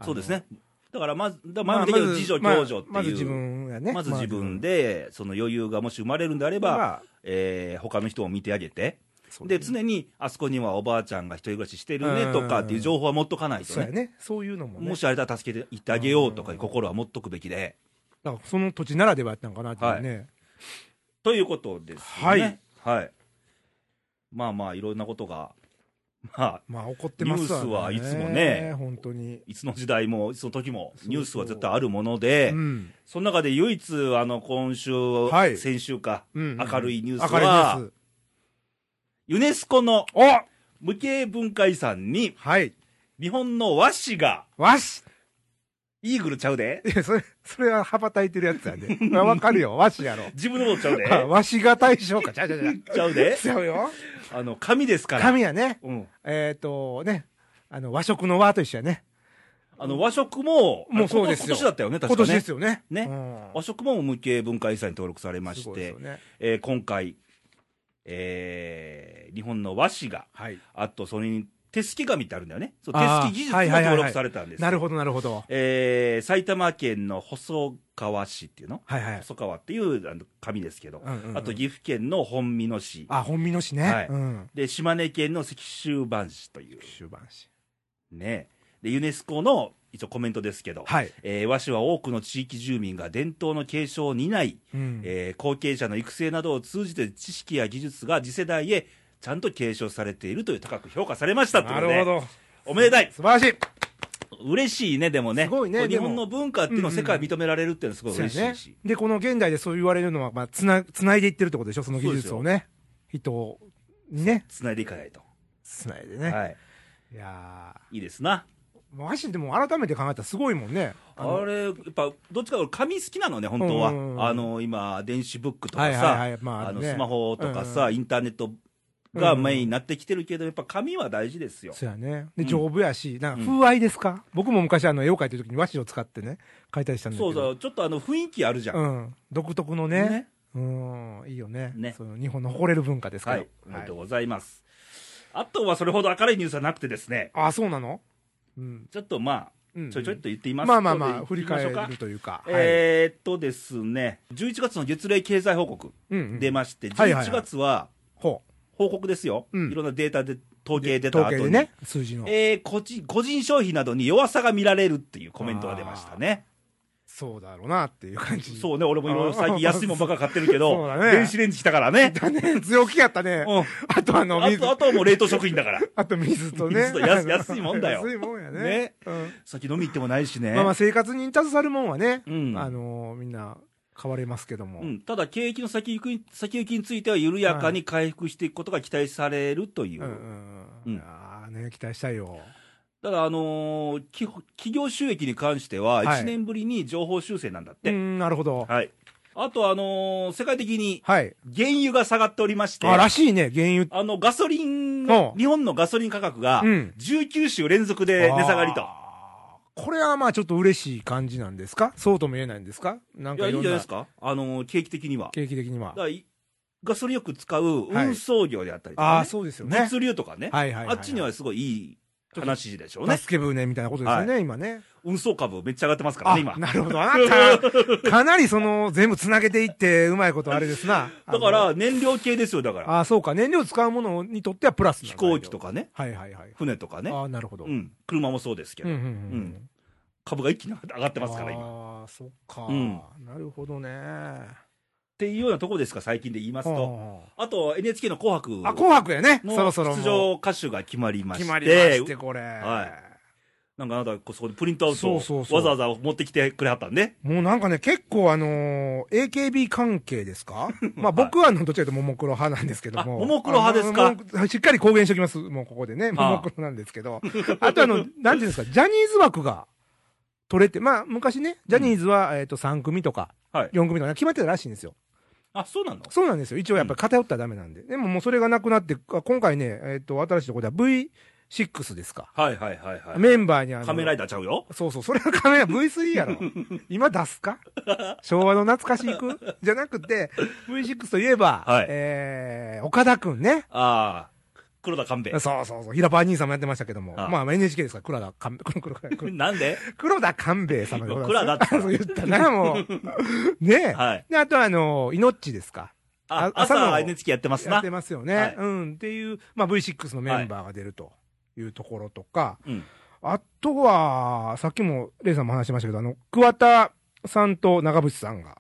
[SPEAKER 1] そうです
[SPEAKER 2] ね、
[SPEAKER 1] ね、だからまず、だ
[SPEAKER 2] ま
[SPEAKER 1] 前も
[SPEAKER 2] あ
[SPEAKER 1] 出てる自助、共助っていう、
[SPEAKER 2] まあまず自分がね、
[SPEAKER 1] まず自分
[SPEAKER 2] で、
[SPEAKER 1] で、その余裕がもし生まれるんであれば、えー他の人を見てあげて、
[SPEAKER 2] そう
[SPEAKER 1] で常にあそこにはおばあちゃんが一人暮らししてるねとかっていう情報は持っとかないと
[SPEAKER 2] そうや
[SPEAKER 1] ね、
[SPEAKER 2] ね、そういうのもね、
[SPEAKER 1] もしあれだら助けていってあげようとかいう心は持っとくべきで。
[SPEAKER 2] だからその土地ならではやったのかなっていうね、
[SPEAKER 1] ということですよね。はい。まあまあ、いろんなことが、まあ、
[SPEAKER 2] まあ怒ってますわ、
[SPEAKER 1] ニュ
[SPEAKER 2] ね、
[SPEAKER 1] ースはいつもね
[SPEAKER 2] 本当に。
[SPEAKER 1] いつの時代も、いつの時も、
[SPEAKER 2] そう
[SPEAKER 1] ニュースは絶対あるもので、
[SPEAKER 2] うん
[SPEAKER 1] その中で唯一、あの、今週、
[SPEAKER 2] い
[SPEAKER 1] 先週か、
[SPEAKER 2] うん
[SPEAKER 1] 明るいニュース
[SPEAKER 2] 明るいニュ
[SPEAKER 1] は、
[SPEAKER 2] ース
[SPEAKER 1] ユネスコの
[SPEAKER 2] お
[SPEAKER 1] 無形文化遺産に、
[SPEAKER 2] はい、
[SPEAKER 1] 日本の和紙が、
[SPEAKER 2] わし
[SPEAKER 1] イーグルちゃうで、
[SPEAKER 2] いや、それ、それは羽ばたいてるやつやで。まあわかるよ。和紙やろ。
[SPEAKER 1] 自分のことちゃうで、
[SPEAKER 2] あわしが大将か。ちゃうちゃうちゃ う。
[SPEAKER 1] ちゃうで、
[SPEAKER 2] ちゃうよ。
[SPEAKER 1] あの、紙ですから。
[SPEAKER 2] 紙やね。
[SPEAKER 1] うん。
[SPEAKER 2] えっ、と、ね。あの、和食の和と一緒やね。
[SPEAKER 1] あの、和食も、
[SPEAKER 2] もうそうですよ
[SPEAKER 1] 今年だったよね、確か
[SPEAKER 2] 今年
[SPEAKER 1] ね
[SPEAKER 2] で。すよね。
[SPEAKER 1] ね
[SPEAKER 2] うん
[SPEAKER 1] 和食も無形文化遺産に登録されまし
[SPEAKER 2] すごいで
[SPEAKER 1] て、
[SPEAKER 2] すよね。
[SPEAKER 1] えー今回、えー日本の和紙が、
[SPEAKER 2] はい。
[SPEAKER 1] あとそれに手すき紙ってあるんだよね、そう手
[SPEAKER 2] あー
[SPEAKER 1] すき技術
[SPEAKER 2] は
[SPEAKER 1] が
[SPEAKER 2] いはいはいはい
[SPEAKER 1] 登録されたんですよ
[SPEAKER 2] なるほど、なるほど。
[SPEAKER 1] えー埼玉県の細川市っていうの、
[SPEAKER 2] はいはい。
[SPEAKER 1] 細川っていうあの紙ですけど、
[SPEAKER 2] うんうんうん
[SPEAKER 1] あと岐阜県の本美濃市、
[SPEAKER 2] あ、本身の詩ね。
[SPEAKER 1] はい
[SPEAKER 2] うん。
[SPEAKER 1] で島根県の石州版市という、
[SPEAKER 2] 終盤詩。
[SPEAKER 1] ね、でユネスコの一応コメントですけど、
[SPEAKER 2] はい。
[SPEAKER 1] えー和紙は多くの地域住民が伝統の継承を担い、
[SPEAKER 2] うん。
[SPEAKER 1] えー後継者の育成などを通じて知識や技術が次世代へちゃんと継承されているという高く評価されましたという
[SPEAKER 2] な
[SPEAKER 1] こと
[SPEAKER 2] る
[SPEAKER 1] で
[SPEAKER 2] ほど。
[SPEAKER 1] おめでたい
[SPEAKER 2] 素晴らしい。
[SPEAKER 1] 嬉しいねでもね
[SPEAKER 2] すごいね
[SPEAKER 1] こう日
[SPEAKER 2] でも
[SPEAKER 1] 本の文化っていうのを世界認められるっていうのはすごい嬉しいし、
[SPEAKER 2] そうやね。で、この現代でそう言われるのは、まあ、つな、つないでいってるってことでしょその技術をね。人にね。
[SPEAKER 1] つないでいかないと、
[SPEAKER 2] つないでね。
[SPEAKER 1] はい、
[SPEAKER 2] い、やー。
[SPEAKER 1] いいですな
[SPEAKER 2] もうマジでもう改めて考えたらすごいもんね。
[SPEAKER 1] あ
[SPEAKER 2] の
[SPEAKER 1] れやっぱどっちか俺紙好きなのね本当は、
[SPEAKER 2] うんうんうん
[SPEAKER 1] あの今電子ブックとかさ、
[SPEAKER 2] はいはいはい。まあ、
[SPEAKER 1] あの
[SPEAKER 2] ね
[SPEAKER 1] スマホとかさ、
[SPEAKER 2] うん
[SPEAKER 1] インターネットがメインになってきてるけどやっぱ紙は大事ですよ、
[SPEAKER 2] そうやね。
[SPEAKER 1] う
[SPEAKER 2] で、
[SPEAKER 1] ん
[SPEAKER 2] 丈夫やし、なんか風合いですか、僕も昔あの絵を描いてる時に和紙を使ってね、描いたりしたんだけ
[SPEAKER 1] そ
[SPEAKER 2] ど。
[SPEAKER 1] うそうちょっとあの雰囲気あるじゃん、
[SPEAKER 2] うん。独特のね。うん。いいよね。
[SPEAKER 1] ね
[SPEAKER 2] その日本の誇れる文化ですか
[SPEAKER 1] は
[SPEAKER 2] ら。
[SPEAKER 1] い、おめでとうございます。あとはそれほど明るいニュースはなくてですね、
[SPEAKER 2] あ、そうなのうん。
[SPEAKER 1] ちょっとま
[SPEAKER 2] うん
[SPEAKER 1] あ、ちょいちょいと言っています
[SPEAKER 2] まあまあま
[SPEAKER 1] の
[SPEAKER 2] あ、
[SPEAKER 1] で
[SPEAKER 2] 振り
[SPEAKER 1] 行
[SPEAKER 2] 返
[SPEAKER 1] きましょう
[SPEAKER 2] る
[SPEAKER 1] か
[SPEAKER 2] というか。はい
[SPEAKER 1] えーっとですね、11月の月例経済報告
[SPEAKER 2] うんうん
[SPEAKER 1] 出まして、
[SPEAKER 2] はいはいはい
[SPEAKER 1] 11月は
[SPEAKER 2] ほ
[SPEAKER 1] 報告ですよ、
[SPEAKER 2] うん
[SPEAKER 1] いろんなデータで、
[SPEAKER 2] う。
[SPEAKER 1] 統計出た
[SPEAKER 2] 統計
[SPEAKER 1] 後
[SPEAKER 2] で
[SPEAKER 1] に、
[SPEAKER 2] ね、数字の。
[SPEAKER 1] えー個人個人消費などに弱さが見られるっていうコメントが出ましたね。
[SPEAKER 2] そうだろうなっていう感じ。
[SPEAKER 1] そうね、俺もいろいろ最近安いもんばっか買ってるけ
[SPEAKER 2] そう
[SPEAKER 1] ど、
[SPEAKER 2] だね
[SPEAKER 1] 電子レンジ来たからね。
[SPEAKER 2] だ ね。強気やったね。
[SPEAKER 1] うん
[SPEAKER 2] あとあの、
[SPEAKER 1] あ
[SPEAKER 2] 水
[SPEAKER 1] と、あとはもう冷凍食品だ から。
[SPEAKER 2] あと水とね。
[SPEAKER 1] 水と安安いもんだよ
[SPEAKER 2] 安いもんやね。
[SPEAKER 1] ね
[SPEAKER 2] うん
[SPEAKER 1] 先飲み行ってもないしね。
[SPEAKER 2] まあまあ生活に携わるもんはね、
[SPEAKER 1] うん
[SPEAKER 2] あのーみんな変われますけども。
[SPEAKER 1] うん、ただ、景気の先行きに先行きについては緩やかに回復していくことが期待されるという、
[SPEAKER 2] うんうんう
[SPEAKER 1] うん
[SPEAKER 2] ん。ああね、期待したいよ。
[SPEAKER 1] ただ、あのーき企業収益に関しては、
[SPEAKER 2] はい
[SPEAKER 1] 1年ぶりに情報修正なんだっ
[SPEAKER 2] う
[SPEAKER 1] て、
[SPEAKER 2] ん、なるほど。
[SPEAKER 1] はい、あと、あのー世界的に
[SPEAKER 2] はい。
[SPEAKER 1] 原油が下がっておりまして、
[SPEAKER 2] あ、
[SPEAKER 1] あ
[SPEAKER 2] らしいね、原油。
[SPEAKER 1] のガソリンの
[SPEAKER 2] う、ん
[SPEAKER 1] 日本のガソリン価格が
[SPEAKER 2] うん
[SPEAKER 1] 19週連続で値下がりと、
[SPEAKER 2] あー。これはまあちょっと嬉しい感じなんですかそうとも言えないんですかなん
[SPEAKER 1] いや、
[SPEAKER 2] か
[SPEAKER 1] いい
[SPEAKER 2] いろ
[SPEAKER 1] ん
[SPEAKER 2] ん
[SPEAKER 1] じゃない
[SPEAKER 2] な
[SPEAKER 1] ですか、あのー景気的には。だ
[SPEAKER 2] 景気的には
[SPEAKER 1] か。らいガソリンよく使う運送業であったりとか、ね
[SPEAKER 2] ああ、そうですよね。
[SPEAKER 1] 物流とかね、
[SPEAKER 2] はいはいはいはい
[SPEAKER 1] あっちにはすごいいい話でしょうね。
[SPEAKER 2] 助け舟みたいなことですよね、今ね。
[SPEAKER 1] 運送株めっちゃ上がってますから
[SPEAKER 2] あ
[SPEAKER 1] ね、今。だ
[SPEAKER 2] なるほど。あな た、かなりその、全部つなげていって、うまいことあれです
[SPEAKER 1] か
[SPEAKER 2] な。あの、
[SPEAKER 1] ら、燃料系ですよ、だから。
[SPEAKER 2] あそうか。燃料使うものにとってはプラスなんだ
[SPEAKER 1] 飛行機と。かね、
[SPEAKER 2] はいはいはい。
[SPEAKER 1] 船とかね、
[SPEAKER 2] ああ、なるほど。
[SPEAKER 1] う。ん、車もそうですけ
[SPEAKER 2] うん
[SPEAKER 1] ど、
[SPEAKER 2] うんう
[SPEAKER 1] うんん。株が一気に上がってますから、今。っ
[SPEAKER 2] ああ、そっか。
[SPEAKER 1] うん
[SPEAKER 2] なるほどね。
[SPEAKER 1] ていうようなとこですか、最近で言いますと。
[SPEAKER 2] は
[SPEAKER 1] あと、NHK の紅白
[SPEAKER 2] ああ、紅白やね。そろ
[SPEAKER 1] の
[SPEAKER 2] そろも
[SPEAKER 1] 出
[SPEAKER 2] う
[SPEAKER 1] 場歌手が決まりまして、
[SPEAKER 2] 決まりまして、これ。
[SPEAKER 1] はなんかあなた、こそこでプリントアウト
[SPEAKER 2] そ
[SPEAKER 1] を
[SPEAKER 2] うそうそう
[SPEAKER 1] わざわざ持ってきてくれはったんで、
[SPEAKER 2] もうなんかね、結構あのー AKB 関係で すかまあ僕はあのどちらかというとももクロ派なんですけども。
[SPEAKER 1] あももクロ派ですか
[SPEAKER 2] あのももしっかり公言しておきます。もうここでね。ももクロなんですけど。あとあの、なんていうんですか、ジャニーズ枠が取れて、まあ昔ね、ジャニーズは、えっと3組とか
[SPEAKER 1] はい。
[SPEAKER 2] 4組とか決まってたらしいんですよ。
[SPEAKER 1] あ、そうなの
[SPEAKER 2] そうなんですよ。一応やっぱり偏ったらダメなんで。でももうそれがなくなって、あ今回ね、えっと新しいところでは V6 ですか。
[SPEAKER 1] はいはいはいはい。
[SPEAKER 2] メンバーにあの、
[SPEAKER 1] 仮面ライダーちゃうよ。
[SPEAKER 2] そうそう、それはカメラ V3 やろ。今出すか昭和の懐かしいくじゃなくて、V6 といえば、
[SPEAKER 1] はい
[SPEAKER 2] えー、岡田くんね。
[SPEAKER 1] ああ、黒田勘兵衛。
[SPEAKER 2] そうそうそう、平場兄さんもやってましたけども。
[SPEAKER 1] ああ
[SPEAKER 2] まあまあ NHK ですから、黒田勘弁、黒田勘弁
[SPEAKER 1] なんで
[SPEAKER 2] 黒田勘兵衛様でござい
[SPEAKER 1] 黒
[SPEAKER 2] ます。
[SPEAKER 1] 田って
[SPEAKER 2] そう言ったな、もう。ねえ。
[SPEAKER 1] はい。
[SPEAKER 2] で、あ とはあの、命ですか。
[SPEAKER 1] あ
[SPEAKER 2] あ朝の
[SPEAKER 1] 朝 NHK やってます
[SPEAKER 2] やっ
[SPEAKER 1] な
[SPEAKER 2] て。ますよね。
[SPEAKER 1] はい
[SPEAKER 2] うん。っていう、まあ V6 のメンバーが出るというところとか、
[SPEAKER 1] うん。
[SPEAKER 2] あとは、さっきもレイさんも話しましたけど、あの、桑田さんと長渕さんが。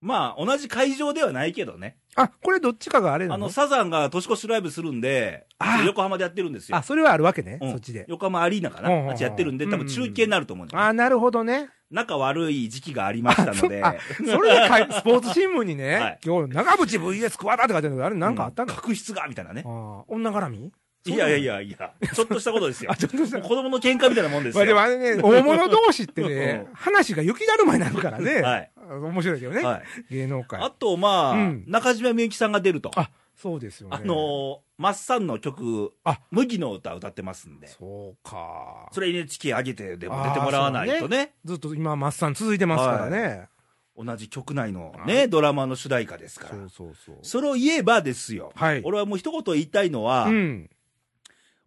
[SPEAKER 1] まあ、同じ会場ではないけどね。
[SPEAKER 2] あ、これどっちかがあれな
[SPEAKER 1] あ
[SPEAKER 2] の
[SPEAKER 1] の、サザンが年越しライブするんで
[SPEAKER 2] あ、
[SPEAKER 1] 横浜でやってるんですよ
[SPEAKER 2] あ、。それはあるわけね、
[SPEAKER 1] うん
[SPEAKER 2] そっちで。
[SPEAKER 1] 横浜アリーナかな、
[SPEAKER 2] うんうんうん
[SPEAKER 1] あっちやってるんで、多分中継になると思うんです、
[SPEAKER 2] あ、なるほどね。
[SPEAKER 1] 仲悪い時期がありましたので、
[SPEAKER 2] あ、そそれ でかい、スポーツ新聞にね、
[SPEAKER 1] はい
[SPEAKER 2] 今日、長渕 VS 桑田って書いてあるけど、あれなんかあったの、
[SPEAKER 1] 確執がみたいなね、
[SPEAKER 2] ああ、女絡み
[SPEAKER 1] いやいやい。やいや、ちょっとした ことですよ
[SPEAKER 2] あ、、ちょっとした
[SPEAKER 1] もう。子供の喧嘩みたいなもんです
[SPEAKER 2] まあで
[SPEAKER 1] よ、
[SPEAKER 2] もあれね、大物同士ってね
[SPEAKER 1] う、
[SPEAKER 2] 話が雪だるまになるからね。
[SPEAKER 1] はい
[SPEAKER 2] 面白いけどね、
[SPEAKER 1] はい、
[SPEAKER 2] 芸能界
[SPEAKER 1] あ。と、まあ、
[SPEAKER 2] うん
[SPEAKER 1] 中島みゆきさんが出ると、あ
[SPEAKER 2] あ、そうですよね。
[SPEAKER 1] のー、マッサンの曲
[SPEAKER 2] あ、
[SPEAKER 1] 麦の歌歌ってますんで、
[SPEAKER 2] そうか。
[SPEAKER 1] それ NHK 上げてでも出てもらわないとね、
[SPEAKER 2] ずっと今、マッサン続いてますからね。
[SPEAKER 1] 同じ曲内のね、ドラマの主題歌ですから、
[SPEAKER 2] そうそう
[SPEAKER 1] それを言えばですよ、
[SPEAKER 2] はい。
[SPEAKER 1] 俺はもう一言言いたいのは、
[SPEAKER 2] うん。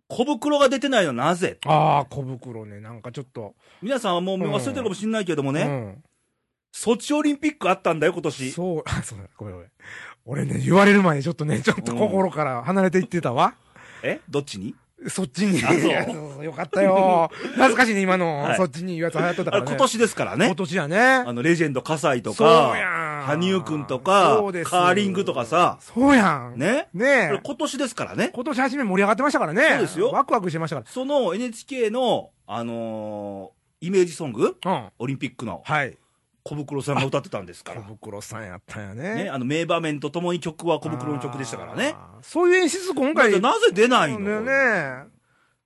[SPEAKER 1] 小袋が出てないのはなぜ
[SPEAKER 2] ああ、小袋ね、なんかちょっと。
[SPEAKER 1] 皆さんはもう忘れてるかもしれないけどもね、ソチオリンピックあったんだよ、今
[SPEAKER 2] うん。
[SPEAKER 1] 年。
[SPEAKER 2] そう、 あ、そうだ、ごめんごめん。俺ね、言われる前にちょっとね、ちょっと心から離れていってたわ。
[SPEAKER 1] えどっちに、
[SPEAKER 2] そっちに。
[SPEAKER 1] あそう
[SPEAKER 2] いや そうそうよかっ たよ。懐かしいね、今の。
[SPEAKER 1] はい
[SPEAKER 2] そっちに言うやつ流行ってたか
[SPEAKER 1] あ
[SPEAKER 2] ら
[SPEAKER 1] れ
[SPEAKER 2] ね。
[SPEAKER 1] 今年ですから
[SPEAKER 2] 今
[SPEAKER 1] ね。
[SPEAKER 2] 年やね。
[SPEAKER 1] あの、レジェンド、葛西と
[SPEAKER 2] そう
[SPEAKER 1] か、
[SPEAKER 2] やん。
[SPEAKER 1] 羽生くんとか
[SPEAKER 2] そうです
[SPEAKER 1] カーリングとかさ
[SPEAKER 2] そうやん。ね
[SPEAKER 1] ね。これ
[SPEAKER 2] え。
[SPEAKER 1] 今年ですからね。
[SPEAKER 2] 今年初め盛り上がってましたからね。
[SPEAKER 1] そうですよ
[SPEAKER 2] ワクワクしてましたか
[SPEAKER 1] その NHK の、あのーイメージソング
[SPEAKER 2] ら。うん。
[SPEAKER 1] オリンピックの
[SPEAKER 2] はい。
[SPEAKER 1] 小袋さんが歌ってたんですか
[SPEAKER 2] 小
[SPEAKER 1] ら。
[SPEAKER 2] 袋さんやったんや
[SPEAKER 1] ね、
[SPEAKER 2] ね。
[SPEAKER 1] あの、名場面とともに曲は小袋の曲でしたからね。
[SPEAKER 2] あー。そういう演出今
[SPEAKER 1] だっ
[SPEAKER 2] 回
[SPEAKER 1] てなぜ出ないの、
[SPEAKER 2] そうだよね。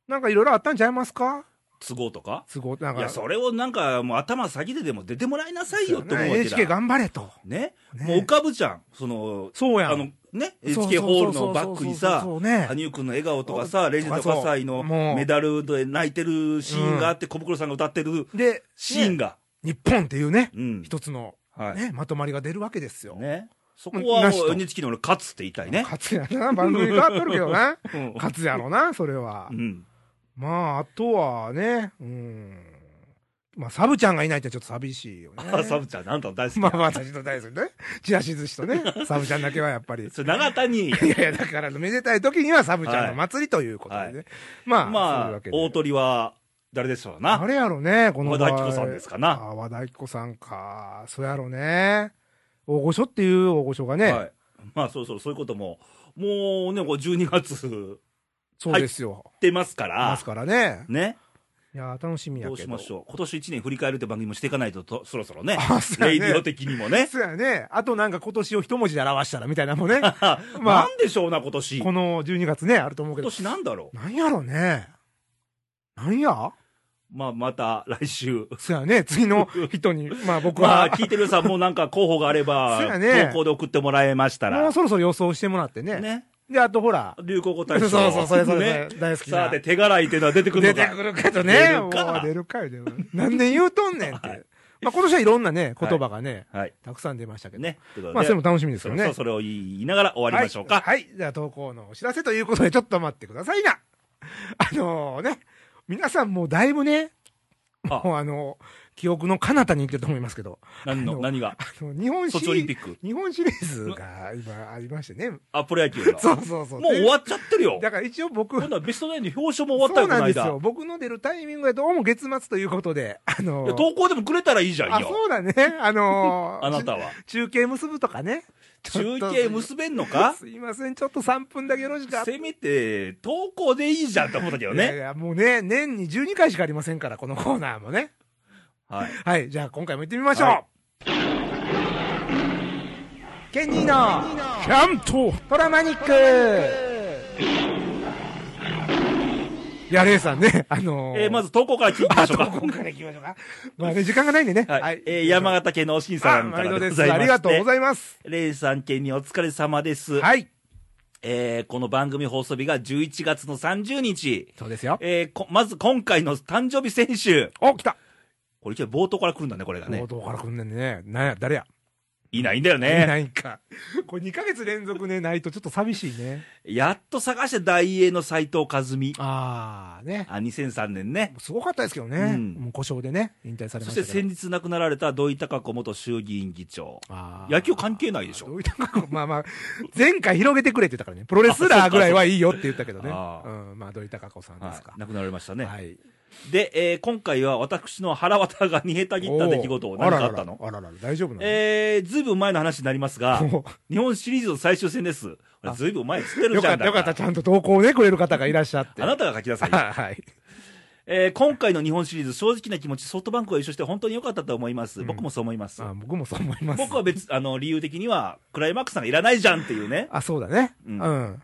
[SPEAKER 2] なんかいろいろあったんちゃいますか
[SPEAKER 1] 都合とか
[SPEAKER 2] 都合なん
[SPEAKER 1] い
[SPEAKER 2] か。
[SPEAKER 1] や、それをなんか、もう頭下げてでも出てもらいなさいよって思うわけだ。
[SPEAKER 2] NHK 頑張れと。
[SPEAKER 1] ね。
[SPEAKER 2] ね
[SPEAKER 1] もう浮かぶじゃん。その、
[SPEAKER 2] そうやん。
[SPEAKER 1] あの、ね、NHK ホールのバックにさ
[SPEAKER 2] そう、そうそうそうね。
[SPEAKER 1] 羽生くんの笑顔とかさ、レジェンド葛西の
[SPEAKER 2] もう
[SPEAKER 1] メダルで泣いてるシーンがあって、小袋さんが歌ってる
[SPEAKER 2] で、
[SPEAKER 1] シーン
[SPEAKER 2] ね
[SPEAKER 1] が。
[SPEAKER 2] 日本っていうね、
[SPEAKER 1] うん。
[SPEAKER 2] 一つの
[SPEAKER 1] はい。
[SPEAKER 2] ね、まとまりが出るわけですよ。
[SPEAKER 1] ね。そこは
[SPEAKER 2] なし
[SPEAKER 1] もう
[SPEAKER 2] と
[SPEAKER 1] NHK に俺勝つって言いたいね。
[SPEAKER 2] 勝つやな、番組変わっとるけどな。
[SPEAKER 1] うん
[SPEAKER 2] 勝つやろな、それは
[SPEAKER 1] う。ん。
[SPEAKER 2] まあ、あとはね、うん。まあ、サブちゃんがいないってちょっと寂しいよね。
[SPEAKER 1] あ、サブちゃん、あんたの大好き
[SPEAKER 2] ま
[SPEAKER 1] な
[SPEAKER 2] あまあ、私の大好きね。ちらし寿司 とね、サブちゃんだけはやっぱり。
[SPEAKER 1] それ、長 谷。
[SPEAKER 2] いやいや、だから、めでたい時にはサブちゃんの祭りということでね。
[SPEAKER 1] はい
[SPEAKER 2] まあ、そういう
[SPEAKER 1] ま
[SPEAKER 2] わ
[SPEAKER 1] あ
[SPEAKER 2] け、で
[SPEAKER 1] 大鳥は、誰でしょうな。
[SPEAKER 2] 誰やろね、この
[SPEAKER 1] 和
[SPEAKER 2] 場合
[SPEAKER 1] 田アキ子さんですか
[SPEAKER 2] あ
[SPEAKER 1] な。
[SPEAKER 2] 和田アキ子さんか。そうやろね。大御所っていう大御所がね、
[SPEAKER 1] はい。まあ、そうそう、そういうことも、もうね、こう12月
[SPEAKER 2] そうですよ。
[SPEAKER 1] 出ますか
[SPEAKER 2] いま
[SPEAKER 1] ら
[SPEAKER 2] す、からね。
[SPEAKER 1] ね。
[SPEAKER 2] いやー、楽しみや
[SPEAKER 1] ど
[SPEAKER 2] け
[SPEAKER 1] う
[SPEAKER 2] ど。
[SPEAKER 1] しましょう。今年1年振り返るって番組もしていかないとと、そろそろね
[SPEAKER 2] あそ う
[SPEAKER 1] レイ
[SPEAKER 2] やね
[SPEAKER 1] ディオ的にもね。
[SPEAKER 2] そうやね。あとなんか今年を一文字で表したらみたいなのも ね、ま
[SPEAKER 1] な
[SPEAKER 2] あ、
[SPEAKER 1] んでしょうな、今年。
[SPEAKER 2] こ
[SPEAKER 1] 今
[SPEAKER 2] の12月ね、あると思うけど。
[SPEAKER 1] 年なんだろう。
[SPEAKER 2] なんやろね。なんや
[SPEAKER 1] まあ、また来週。
[SPEAKER 2] そうやね。次の 人に、まあ僕
[SPEAKER 1] ま
[SPEAKER 2] は
[SPEAKER 1] あ、、聞いてるさんもなんか候補があれ
[SPEAKER 2] そう
[SPEAKER 1] ば、
[SPEAKER 2] やね
[SPEAKER 1] 投稿で送ってもらえました
[SPEAKER 2] もう
[SPEAKER 1] ら。
[SPEAKER 2] そろそろ予想してもらってね。
[SPEAKER 1] ね。
[SPEAKER 2] で、あとほら、
[SPEAKER 1] 流行語
[SPEAKER 2] そう
[SPEAKER 1] 大賞。
[SPEAKER 2] そう、それそれ
[SPEAKER 1] ね。
[SPEAKER 2] それ、大好きな。
[SPEAKER 1] さて、手洗いっていうのは出てくる
[SPEAKER 2] 出
[SPEAKER 1] の
[SPEAKER 2] て
[SPEAKER 1] か
[SPEAKER 2] く。るけ
[SPEAKER 1] 出
[SPEAKER 2] どね。
[SPEAKER 1] るか
[SPEAKER 2] もう出るかよ、出るか。何年言うとんねんって。まあ今年はいろんなね、言葉がね、
[SPEAKER 1] はい。
[SPEAKER 2] たくさん出ましたけど。
[SPEAKER 1] ね。ということで
[SPEAKER 2] まあそれも楽しみです
[SPEAKER 1] そ
[SPEAKER 2] よ
[SPEAKER 1] ろ
[SPEAKER 2] ね。
[SPEAKER 1] そろそれを言いながら終わりましょうか。
[SPEAKER 2] はい。はいじゃあ投稿のお知らせということで、ちょっと待ってくださいな。あのね、皆さんもうだいぶね、
[SPEAKER 1] あ
[SPEAKER 2] もうあの、記憶の彼方に行ってると思いますけど、
[SPEAKER 1] 何
[SPEAKER 2] あ
[SPEAKER 1] の、
[SPEAKER 2] の
[SPEAKER 1] 何が。
[SPEAKER 2] あの、日本シ
[SPEAKER 1] ソ
[SPEAKER 2] リ
[SPEAKER 1] チオリンピ
[SPEAKER 2] ー
[SPEAKER 1] ック。
[SPEAKER 2] 日本シリーズが今ありましてね。
[SPEAKER 1] あ、プロ野球の。
[SPEAKER 2] そうそうそう。
[SPEAKER 1] もう終わっちゃってるよ
[SPEAKER 2] で。だから一応僕、
[SPEAKER 1] 今度はベストナインで表彰も終わった
[SPEAKER 2] そ
[SPEAKER 1] よ、
[SPEAKER 2] う
[SPEAKER 1] この
[SPEAKER 2] なんです
[SPEAKER 1] 間。
[SPEAKER 2] よ。僕の出るタイミングがどうも月末ということで、あの
[SPEAKER 1] いや投稿でもくれたらいいじゃん
[SPEAKER 2] あ、
[SPEAKER 1] よ。
[SPEAKER 2] そうだね。あの
[SPEAKER 1] あなたは。
[SPEAKER 2] 中継結ぶとかね。
[SPEAKER 1] 中継結べんのか
[SPEAKER 2] すいません、ちょっと3分だけよろしかった。
[SPEAKER 1] せめて、投稿でいいじゃんと思ったけど
[SPEAKER 2] いやい
[SPEAKER 1] ね。
[SPEAKER 2] や、もうね、年に12回しかありませんから、このコーナーもね。
[SPEAKER 1] はい。
[SPEAKER 2] はい、じゃあ今回も行ってみましょう。
[SPEAKER 1] は
[SPEAKER 2] ケニーのキャントトラマニックいや、レイさんね、あの
[SPEAKER 1] えーま
[SPEAKER 2] ず、
[SPEAKER 1] ず投稿から聞いてみましょう
[SPEAKER 2] あ
[SPEAKER 1] か
[SPEAKER 2] と。今回行きましょうか。まあね、時間がないんでね。
[SPEAKER 1] はい。えー山形県のおしんさ
[SPEAKER 2] あ
[SPEAKER 1] んか
[SPEAKER 2] 毎
[SPEAKER 1] らで
[SPEAKER 2] 度で
[SPEAKER 1] ご
[SPEAKER 2] す。
[SPEAKER 1] ざいま
[SPEAKER 2] あ
[SPEAKER 1] して
[SPEAKER 2] りがとうございます。
[SPEAKER 1] レイさん県にお疲れ様です。
[SPEAKER 2] はい。
[SPEAKER 1] えーこの番組放送日が11月の30日。
[SPEAKER 2] そうですよ。
[SPEAKER 1] えーこまず今回の誕生日選手。
[SPEAKER 2] お、来た。
[SPEAKER 1] これ一応冒頭から来るんだね、これがね
[SPEAKER 2] 冒。頭から来んねんね。なんや、誰や。
[SPEAKER 1] いないんだよ
[SPEAKER 2] い
[SPEAKER 1] ね。
[SPEAKER 2] ないんか。これ2ヶ月連続ね、ないとちょっと寂しいね。
[SPEAKER 1] やっと探して大英の斎藤和美。
[SPEAKER 2] ああ、ね。
[SPEAKER 1] あ、2003年ね。
[SPEAKER 2] すごかったですけどね。
[SPEAKER 1] うん
[SPEAKER 2] もう故障でね、引退され
[SPEAKER 1] そ
[SPEAKER 2] ま
[SPEAKER 1] し
[SPEAKER 2] した
[SPEAKER 1] て
[SPEAKER 2] けど
[SPEAKER 1] 先日亡くなられた土井孝子元衆議院議長。
[SPEAKER 2] あー
[SPEAKER 1] 野球関係ないでしょ
[SPEAKER 2] どういったかまあまあ、前回広げてくれって言ったからね、プロレスラーぐらいはいいよって言ったけどね。
[SPEAKER 1] あ
[SPEAKER 2] う
[SPEAKER 1] そ
[SPEAKER 2] ん、まあ、どういったかこさん
[SPEAKER 1] は
[SPEAKER 2] ですか
[SPEAKER 1] い、。亡くなられましたね。
[SPEAKER 2] はい。
[SPEAKER 1] で、えー今回は私の腹渡が煮えたぎった出来事を
[SPEAKER 2] おー
[SPEAKER 1] 何かあったの
[SPEAKER 2] あらららあららら大丈夫なの
[SPEAKER 1] えー、ずいぶん前の話になりますが、
[SPEAKER 2] お
[SPEAKER 1] 日本シリーズの最終戦です。
[SPEAKER 2] あ
[SPEAKER 1] ずいぶん前にってる
[SPEAKER 2] よ
[SPEAKER 1] じゃん
[SPEAKER 2] かった
[SPEAKER 1] だ
[SPEAKER 2] よかった、ちゃんと投稿をね、くれる方がいらっしゃって。
[SPEAKER 1] あなたが書きなさいよ。
[SPEAKER 2] はいはい。
[SPEAKER 1] えー今回の日本シリーズ、正直な気持ち、ソフトバンクが優勝して本当に良かったと思います。僕もそう思います。
[SPEAKER 2] あ僕もそう思いま す。、
[SPEAKER 1] 僕は別、あの、理由的には、クライマックスなんかいらないじゃんっていうね
[SPEAKER 2] あ、そうだね。
[SPEAKER 1] う
[SPEAKER 2] うんん。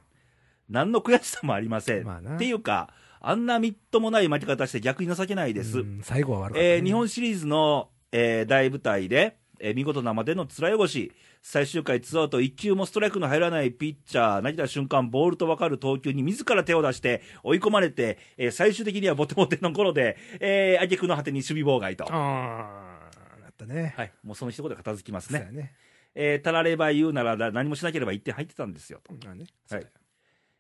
[SPEAKER 1] 何の悔しさもありません。
[SPEAKER 2] まあな
[SPEAKER 1] っていうか、あんなみっともない負け方して逆に情けないです。
[SPEAKER 2] うん最後は悪かったね。
[SPEAKER 1] えー日本シリーズの、えー大舞台で、えー見事なまでの面汚し、最終回ツーアウト1球もストライクの入らないピッチャー、投げた瞬間、ボールと分かる投球に自ら手を出して、追い込まれて、えー最終的にはボテボテの頃で、えー、挙句の果てに守備妨害と。は
[SPEAKER 2] ああ、なったね。
[SPEAKER 1] い、もうその一言で片付きます
[SPEAKER 2] そうや
[SPEAKER 1] ね。
[SPEAKER 2] ね。
[SPEAKER 1] えーたられば言うならだ何もしなければ1点入ってたんですよと。
[SPEAKER 2] まあね。
[SPEAKER 1] はい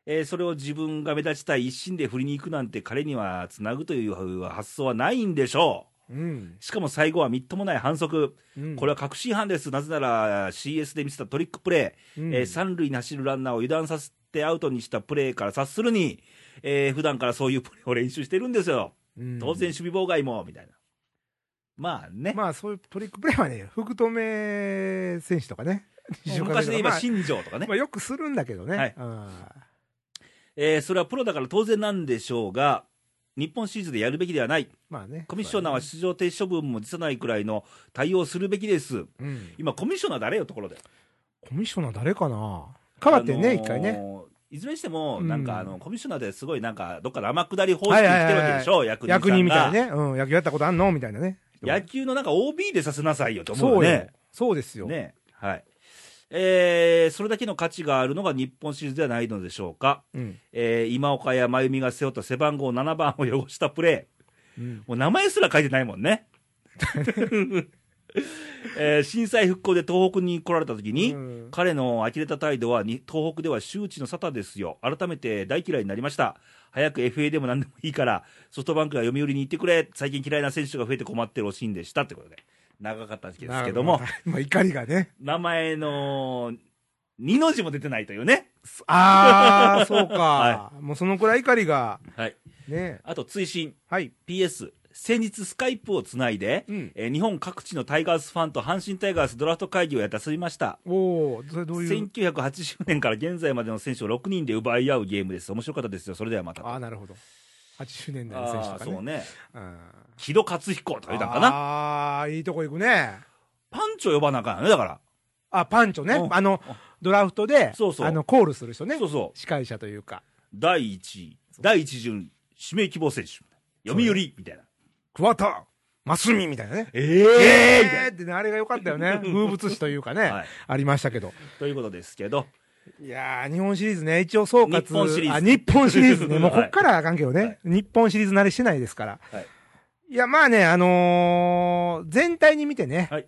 [SPEAKER 1] えーそれを自分が目立ちたい一心で振りに行くなんて彼にはつなぐという発想はないんでしょ
[SPEAKER 2] うん
[SPEAKER 1] う。。しかも最後はみっともない反則。
[SPEAKER 2] うん
[SPEAKER 1] これは確信犯です、なぜなら CS で見せたトリックプレ
[SPEAKER 2] う
[SPEAKER 1] ー、
[SPEAKER 2] ん
[SPEAKER 1] えー三塁に走るランナーを油断させてアウトにしたプレーから察するに、えー普段からそういうプレーを練習してるんですよ、
[SPEAKER 2] うん
[SPEAKER 1] 当然、守備妨害もみたいな、まあね、
[SPEAKER 2] まあそういうトリックプレーはね、福留選手とかね、西岡
[SPEAKER 1] 昔
[SPEAKER 2] 選
[SPEAKER 1] で言えば
[SPEAKER 2] 手とかまあ
[SPEAKER 1] 新庄とかね、
[SPEAKER 2] まあよくするんだけどね。
[SPEAKER 1] はい
[SPEAKER 2] あ
[SPEAKER 1] えーそれはプロだから当然なんでしょうが、日本シリーズでやるべきではない、
[SPEAKER 2] まあね。
[SPEAKER 1] コミッショナーは出場停止処分も辞さないくらいの対応するべきです、
[SPEAKER 2] うん
[SPEAKER 1] 今、コミッショナー誰よ、ところで。
[SPEAKER 2] コミッショナー誰かな変わってね、一回
[SPEAKER 1] あ
[SPEAKER 2] ね。
[SPEAKER 1] のーいずれにしても、
[SPEAKER 2] うん
[SPEAKER 1] なんかあの、コミッショナーですごい、なんか、どっかの天下り方式に来てるわけでしょ、役人さんが
[SPEAKER 2] 役人みたい。ね。うん、野球やったことあんのみたいなね。
[SPEAKER 1] 野球のなんか OB でさせなさいよと思う
[SPEAKER 2] そ
[SPEAKER 1] よ
[SPEAKER 2] うよ
[SPEAKER 1] ね。。
[SPEAKER 2] そうですよ。
[SPEAKER 1] ね。はい。えーそれだけの価値があるのが日本シリーズではないのでしょうか。
[SPEAKER 2] うん。
[SPEAKER 1] えー今岡や真由美が背負った背番号7番を汚したプレ
[SPEAKER 2] うん
[SPEAKER 1] ー。もう名前すら書いてないもんね。えー震災復興で東北に来られた時に、
[SPEAKER 2] うん
[SPEAKER 1] 彼の呆れた態度はに東北では周知の沙汰ですよ、改めて大嫌いになりました、早く FA でもなんでもいいから、ソフトバンクが読売に行ってくれ、最近嫌いな選手が増えて困ってるおしいんでしたということで、長かった時期ですけども
[SPEAKER 2] な、るほ。まあ怒り がね。
[SPEAKER 1] 名前の2の字も出てないというね、
[SPEAKER 2] ああ、そうか
[SPEAKER 1] は。
[SPEAKER 2] もうそのくらい怒りが。
[SPEAKER 1] はい、
[SPEAKER 2] ね。
[SPEAKER 1] あと追伸、
[SPEAKER 2] はい。
[SPEAKER 1] PS、先日、スカイプをつないで、
[SPEAKER 2] うん
[SPEAKER 1] えー日本各地のタイガースファンと阪神タイガースドラフト会議をやったすみました。
[SPEAKER 2] おお、それどういう。
[SPEAKER 1] 1980年から現在までの選手を6人で奪い合うゲームです。面白かったですよ。それではまたと。
[SPEAKER 2] ああ、なるほど。80年代の選手
[SPEAKER 1] あ
[SPEAKER 2] と
[SPEAKER 1] あ
[SPEAKER 2] か
[SPEAKER 1] ーそう
[SPEAKER 2] ね。
[SPEAKER 1] ね
[SPEAKER 2] うん
[SPEAKER 1] 木戸克彦とか言うたんかな
[SPEAKER 2] ああ、いいとこ行くね。
[SPEAKER 1] パンチョ呼ばなあかんよねだから
[SPEAKER 2] あ、パンチョね
[SPEAKER 1] う。ん
[SPEAKER 2] あの、ドラフトで、
[SPEAKER 1] そうそう
[SPEAKER 2] あの、コールする人ね
[SPEAKER 1] そ。うそう
[SPEAKER 2] 司会者というか。
[SPEAKER 1] 第1位第1巡指名希望選手読売みたいな
[SPEAKER 2] 桑田真澄みたいなね。
[SPEAKER 1] え
[SPEAKER 2] え
[SPEAKER 1] えみた
[SPEAKER 2] えーってね、あれが良かった よね。風物詩というかね、
[SPEAKER 1] はい
[SPEAKER 2] ありましたけど。
[SPEAKER 1] ということですけど
[SPEAKER 2] いやー、日本シリーズね、一応総括。
[SPEAKER 1] 日本シリーズ
[SPEAKER 2] あ、日本シリーズ
[SPEAKER 1] は
[SPEAKER 2] ね。
[SPEAKER 1] い
[SPEAKER 2] もうこっからはあかんけどね。
[SPEAKER 1] はい
[SPEAKER 2] 日本シリーズ慣れしてないですから。
[SPEAKER 1] はい
[SPEAKER 2] いや、まあね、あのー全体に見てね。
[SPEAKER 1] はい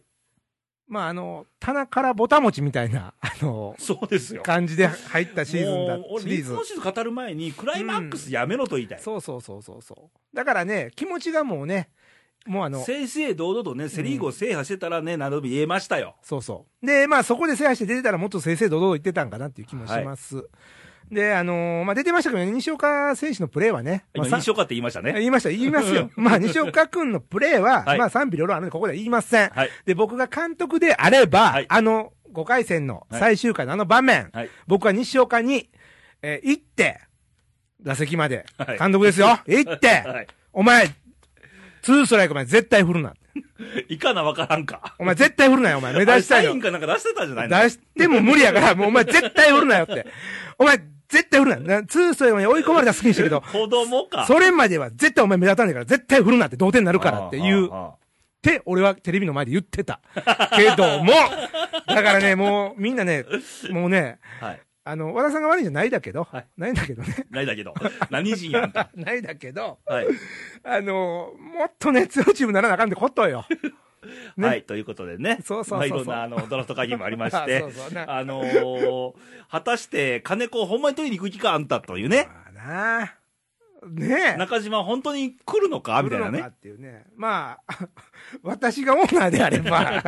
[SPEAKER 2] まあ、あの、棚からぼたもちみたいな、 あの
[SPEAKER 1] そうですよ
[SPEAKER 2] 感じで入ったシーズンだ
[SPEAKER 1] もう、俺
[SPEAKER 2] シリー
[SPEAKER 1] 日
[SPEAKER 2] ズ
[SPEAKER 1] 本。シリーズ語る前にクライマックスやめろと言いたい、
[SPEAKER 2] そうそうそうそうそう。だからね、気持ちがもうね、もうあの、
[SPEAKER 1] 正々堂々とねセ・リーグを制覇してたらね何度も言えましたよ
[SPEAKER 2] そうそう。で、まあそこで制覇して出てたらもっと正々堂々言ってたんかなっていう気もします。で、あのーまあ出てましたけどね、西岡選手のプレーはね、
[SPEAKER 1] 今
[SPEAKER 2] まあ、さ
[SPEAKER 1] 西岡って言いましたね
[SPEAKER 2] 言いました、言いま すよ。まあ西岡君のプレーは、
[SPEAKER 1] はい
[SPEAKER 2] まあ賛否両論あるんでここでは言いません。
[SPEAKER 1] はい
[SPEAKER 2] で、僕が監督であれば、
[SPEAKER 1] はい
[SPEAKER 2] あの、 5回戦の最終回のあの場面、
[SPEAKER 1] はい
[SPEAKER 2] 僕は西岡に、えー行って、打席まで、
[SPEAKER 1] はい
[SPEAKER 2] 監督 ですよ、行って、
[SPEAKER 1] はい
[SPEAKER 2] お前、ツーストライクまで絶対振るな。
[SPEAKER 1] いかなわからんか。
[SPEAKER 2] お前絶対振るなよ、お前。目指した
[SPEAKER 1] あれ
[SPEAKER 2] い
[SPEAKER 1] サイン
[SPEAKER 2] の。
[SPEAKER 1] かなんか出してたじゃないの
[SPEAKER 2] 出しても無理やから、もうお前絶対振るなよって。お前絶対振るな。なツーストライクまで追い込まれた好きにしてるけど、
[SPEAKER 1] 子供か。
[SPEAKER 2] それまでは絶対お前目立たないから、絶対振るなって同点になるからっていう
[SPEAKER 1] あ。あああ
[SPEAKER 2] って、俺はテレビの前で言ってた。けども、だからね、もう、みんなね、もうね、
[SPEAKER 1] あはい。
[SPEAKER 2] あの、和田さんが悪いんじゃないだけど、
[SPEAKER 1] はい
[SPEAKER 2] ないんだけどね。
[SPEAKER 1] ないだけど。 何人やんか。
[SPEAKER 2] ないだけど、
[SPEAKER 1] はい。
[SPEAKER 2] あの、もっとね、強いチームにならなあかんってことよ。ね
[SPEAKER 1] はい、ということでね。
[SPEAKER 2] そうそうそうそう
[SPEAKER 1] まあいろんな、あの、ドラフト会議もありまして
[SPEAKER 2] そうそうね、
[SPEAKER 1] あのー、果たして、金子ほんまに取りに行く気か、あんたというね。
[SPEAKER 2] まあなあねえ。
[SPEAKER 1] 中島本当に来るのかみたいな
[SPEAKER 2] 来るのか
[SPEAKER 1] ね。
[SPEAKER 2] っていうね。まあ、 私がオーナーであ れば、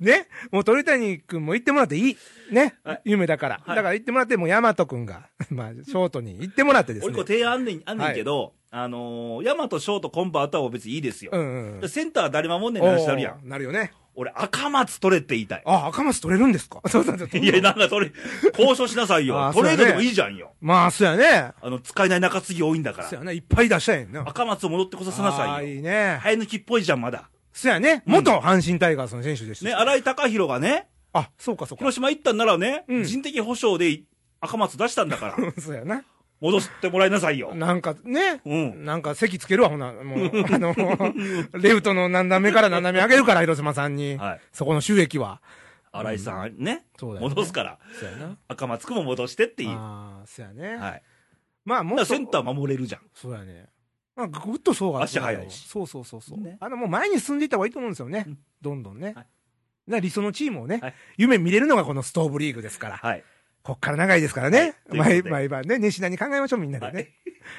[SPEAKER 2] ね、もう鳥谷君も行ってもらっていい。ね、
[SPEAKER 1] はい
[SPEAKER 2] 夢だから。
[SPEAKER 1] はい
[SPEAKER 2] だから行ってもらって、もう大和君が、 まあ、ショートに行ってもらってです
[SPEAKER 1] 俺、
[SPEAKER 2] ね
[SPEAKER 1] こう。提案あんねん、あんねんけど、あのー、ヤマト、ショート、コンバートは別にいいですよ
[SPEAKER 2] う。んうんうん。
[SPEAKER 1] センター誰守んねんって話になるや
[SPEAKER 2] お
[SPEAKER 1] ん。
[SPEAKER 2] ーなるよね。
[SPEAKER 1] 俺、赤松取れって言いたい。
[SPEAKER 2] あ、赤松取れるんですか そうそうそう。
[SPEAKER 1] いや、なんかそれ、交渉しなさいよ
[SPEAKER 2] あ。ー
[SPEAKER 1] トレード
[SPEAKER 2] そ
[SPEAKER 1] で
[SPEAKER 2] うやね
[SPEAKER 1] もいいじゃんよ。
[SPEAKER 2] まあ、そうやね。
[SPEAKER 1] あの、使えない中継ぎ多いんだか
[SPEAKER 2] そう
[SPEAKER 1] ら。
[SPEAKER 2] やね。いっぱい出したいんやな。
[SPEAKER 1] 赤松を戻ってこさせな
[SPEAKER 2] あ
[SPEAKER 1] さ
[SPEAKER 2] ー
[SPEAKER 1] い
[SPEAKER 2] い
[SPEAKER 1] よ。
[SPEAKER 2] いね。
[SPEAKER 1] 生え抜きっぽいじゃん、まだ。
[SPEAKER 2] そうやね。元阪神タイガースの選手でした。
[SPEAKER 1] ね、荒井貴弘がね、
[SPEAKER 2] あ、そうかそうか。
[SPEAKER 1] 広島行ったんならね、
[SPEAKER 2] うん
[SPEAKER 1] 人的保障で赤松出したんだから、
[SPEAKER 2] そうやな。
[SPEAKER 1] 戻ってもらいなさいよ。
[SPEAKER 2] なんかね。
[SPEAKER 1] うん。
[SPEAKER 2] なんか席つけるわ、ほな。もう、あの、レフトの何段目から何段目上げるから、広島さんに。
[SPEAKER 1] はい。
[SPEAKER 2] そこの収益は。
[SPEAKER 1] 荒井さんね、
[SPEAKER 2] そうだよね
[SPEAKER 1] 戻すから、
[SPEAKER 2] そうやな。っ
[SPEAKER 1] 赤松くんも戻してって
[SPEAKER 2] て
[SPEAKER 1] いい。はい。
[SPEAKER 2] ああ、そうやね。
[SPEAKER 1] だか
[SPEAKER 2] まあ、もっ
[SPEAKER 1] ら
[SPEAKER 2] と。
[SPEAKER 1] センター守れるじゃん。
[SPEAKER 2] そうやね。まあ、ぐっとそうが
[SPEAKER 1] 足早いし
[SPEAKER 2] そうそうそうそう。
[SPEAKER 1] ね
[SPEAKER 2] あの、もう前に進んでいった方がいいと思うんですよね。
[SPEAKER 1] うん
[SPEAKER 2] どんどんね。
[SPEAKER 1] はい
[SPEAKER 2] な理想のチームをね、
[SPEAKER 1] はい
[SPEAKER 2] 夢見れるのがこのストーブリーグですから。
[SPEAKER 1] はい。
[SPEAKER 2] こっから長いですからね。
[SPEAKER 1] はいという
[SPEAKER 2] 毎
[SPEAKER 1] ことで
[SPEAKER 2] 毎晩ね、西田に考えましょう、みんなでね。
[SPEAKER 1] はい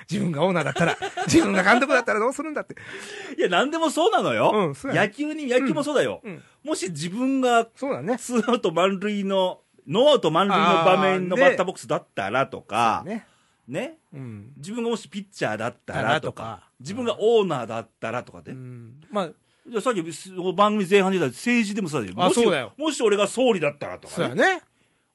[SPEAKER 2] 自分がオーナーだったら、自分が監督だったらどうするんだって。
[SPEAKER 1] いや、なんでもそうなの
[SPEAKER 2] う
[SPEAKER 1] よ
[SPEAKER 2] ん。そうやね
[SPEAKER 1] 野球に、野球もそうだよ
[SPEAKER 2] うんうん。
[SPEAKER 1] もし自分が
[SPEAKER 2] そうだね。
[SPEAKER 1] ツーアウト満塁の、ノーアウト満塁の場面の
[SPEAKER 2] あーね
[SPEAKER 1] バッターボックスだったらとか、
[SPEAKER 2] ね。
[SPEAKER 1] ね、
[SPEAKER 2] うん。
[SPEAKER 1] 自分がもしピッチャーだった
[SPEAKER 2] だ
[SPEAKER 1] ら
[SPEAKER 2] と
[SPEAKER 1] と
[SPEAKER 2] か
[SPEAKER 1] か、自分がオーナーだったらとかで
[SPEAKER 2] う、ん。まあ、
[SPEAKER 1] いやさっきす番組前半で言った政治でもそうだよ
[SPEAKER 2] あ
[SPEAKER 1] もし
[SPEAKER 2] そうだよ
[SPEAKER 1] もし俺が総理だったらと
[SPEAKER 2] そう
[SPEAKER 1] か、
[SPEAKER 2] や
[SPEAKER 1] ね
[SPEAKER 2] ね。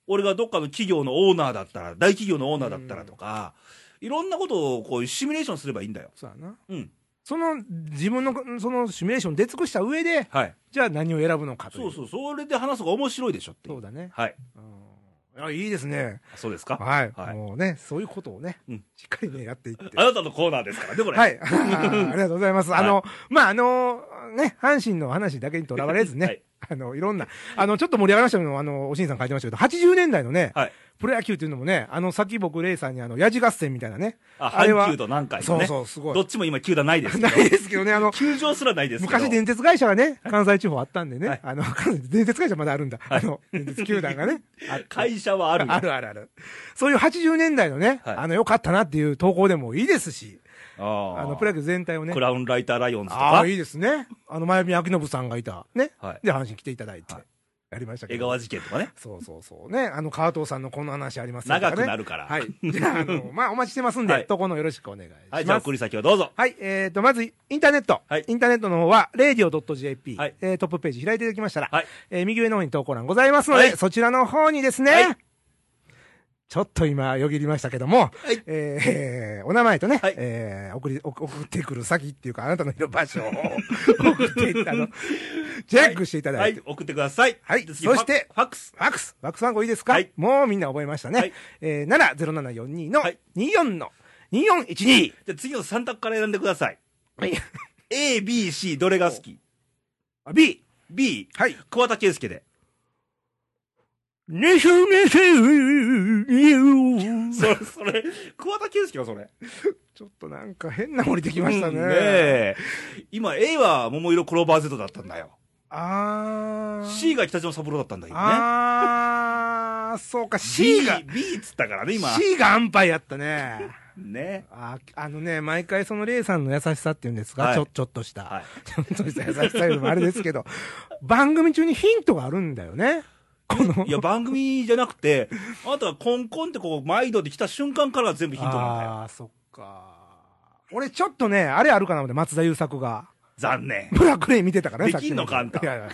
[SPEAKER 1] 俺がどっかの企業のオーナーだったら大企業のオーナーだったらとか、いろんなことをこうシミュレーションすればいいんだよ、
[SPEAKER 2] そうやな。
[SPEAKER 1] うん
[SPEAKER 2] その、自分の、そのシミュレーション出尽くした上で、
[SPEAKER 1] はい、
[SPEAKER 2] じゃあ何を選ぶのかとい
[SPEAKER 1] そうそうそれで話す方が面白いでしょってい
[SPEAKER 2] そう
[SPEAKER 1] う
[SPEAKER 2] だね。
[SPEAKER 1] はい
[SPEAKER 2] うん。あ、いいですね。
[SPEAKER 1] そうですか、
[SPEAKER 2] はい。
[SPEAKER 1] はい
[SPEAKER 2] もうね、そういうことをね、
[SPEAKER 1] うん
[SPEAKER 2] しっかりね、やっていって。
[SPEAKER 1] あなたのコーナーですからねこれ、
[SPEAKER 2] はい い。あーありがとうございます。あの、まあ、あの、ね、阪神の話だけにとらわれずね、
[SPEAKER 1] はい
[SPEAKER 2] あの、いろんな、あの、ちょっと盛り上がりましたのも、あの、おしんさん書いてましたけど、80年代のね、
[SPEAKER 1] はい、
[SPEAKER 2] プロ野球っていうのもね、あの、先僕、レイさんに、あの、やじ合戦みたいなね。
[SPEAKER 1] あ
[SPEAKER 2] あれは
[SPEAKER 1] 阪急と南海と
[SPEAKER 2] そう
[SPEAKER 1] ね
[SPEAKER 2] そう、すご
[SPEAKER 1] ど
[SPEAKER 2] い。
[SPEAKER 1] っちも今球団ないですけど
[SPEAKER 2] ないですけどね、あの、
[SPEAKER 1] 球場すらないですけど
[SPEAKER 2] 昔電鉄会社がね、関西地方あったんでね、
[SPEAKER 1] はい
[SPEAKER 2] あの、関西電鉄会社まだあるんだ。
[SPEAKER 1] はい
[SPEAKER 2] あの、電鉄球団がね。あ
[SPEAKER 1] 会社 はあるよ
[SPEAKER 2] あるあるある。そういう80年代のね、
[SPEAKER 1] はい
[SPEAKER 2] あの、良かったなっていう投稿でもいいですし、
[SPEAKER 1] あー
[SPEAKER 2] あの、プロ野球全体をね
[SPEAKER 1] ク、ラウンライターライオンズと
[SPEAKER 2] あ
[SPEAKER 1] か
[SPEAKER 2] あ、いいですね。あの、前見明信さんがいた、ね。
[SPEAKER 1] はい
[SPEAKER 2] で、阪神来ていただいて
[SPEAKER 1] はい、
[SPEAKER 2] やりましたけ
[SPEAKER 1] 江
[SPEAKER 2] ど。
[SPEAKER 1] 川事件とかね
[SPEAKER 2] そうそうそう。ね。あの、川藤さんのこの話ありますよと
[SPEAKER 1] 長
[SPEAKER 2] かね
[SPEAKER 1] くなるから
[SPEAKER 2] はい。じゃあ、あ の、まあ、お待ちしてますん
[SPEAKER 1] は
[SPEAKER 2] で、
[SPEAKER 1] い
[SPEAKER 2] 投稿のよろしくお願いし
[SPEAKER 1] はい、じゃあ
[SPEAKER 2] ます
[SPEAKER 1] 送。り先をどうぞ
[SPEAKER 2] はい、えっ、と、まず、インターネット。
[SPEAKER 1] はい
[SPEAKER 2] インターネットの方は、radio.jp、
[SPEAKER 1] はい
[SPEAKER 2] えートップページ開いていただきましたら、
[SPEAKER 1] はい
[SPEAKER 2] えー右上の方に投稿欄ございますので、
[SPEAKER 1] はい
[SPEAKER 2] そちらの方にですね、
[SPEAKER 1] はい
[SPEAKER 2] ちょっと今、よぎりましたけども、
[SPEAKER 1] はい
[SPEAKER 2] えーお名前とね、
[SPEAKER 1] はい
[SPEAKER 2] えー送り、お送ってくる先っていうか、あなたのいる 場所を送っていったの、チェックしていただ
[SPEAKER 1] はい
[SPEAKER 2] て、
[SPEAKER 1] い、送ってください。
[SPEAKER 2] はい
[SPEAKER 1] で次
[SPEAKER 2] そして
[SPEAKER 1] ファファックス。
[SPEAKER 2] ファックス、ファックス番号いいですか、
[SPEAKER 1] はい
[SPEAKER 2] もうみんな覚えましたね。
[SPEAKER 1] はい
[SPEAKER 2] えー、7、0742の
[SPEAKER 1] はい
[SPEAKER 2] 24の2412。
[SPEAKER 1] じゃあ次の3択から選んでください。
[SPEAKER 2] はい、
[SPEAKER 1] A、B、C、どれが好き
[SPEAKER 2] B。
[SPEAKER 1] ?B、
[SPEAKER 2] はい。
[SPEAKER 1] 桑田佳介で。
[SPEAKER 2] ねしょねし
[SPEAKER 1] それ、それ、桑田佳介はそれ。
[SPEAKER 2] ちょっとなんか変な降りてきましたね。
[SPEAKER 1] うんねえ今、A は桃色クローバー Z だったんだよ。
[SPEAKER 2] あー。
[SPEAKER 1] C が北島三郎だったんだけどね。
[SPEAKER 2] あー、そうか、C が
[SPEAKER 1] B、、B っつったからね、今。
[SPEAKER 2] C が安牌やったね。
[SPEAKER 1] ね。
[SPEAKER 2] ああのね、毎回そのレイさんの優しさっていうんですか、
[SPEAKER 1] はい
[SPEAKER 2] ちょ、ちょっとした。
[SPEAKER 1] はい。
[SPEAKER 2] ちょっとした優しさよりもあれですけど、 番組中にヒントがあるんだよね。この。
[SPEAKER 1] いや、番組じゃなくて、あなたはコンコンってこう、毎度で来た瞬間から全部ヒントなんだよ。
[SPEAKER 2] あー、そっか。俺ちょっとね、あれあるかな思って松田優作が。
[SPEAKER 1] 残念。
[SPEAKER 2] ブラックレイン見てたからね、
[SPEAKER 1] できんのかあんた
[SPEAKER 2] いやいや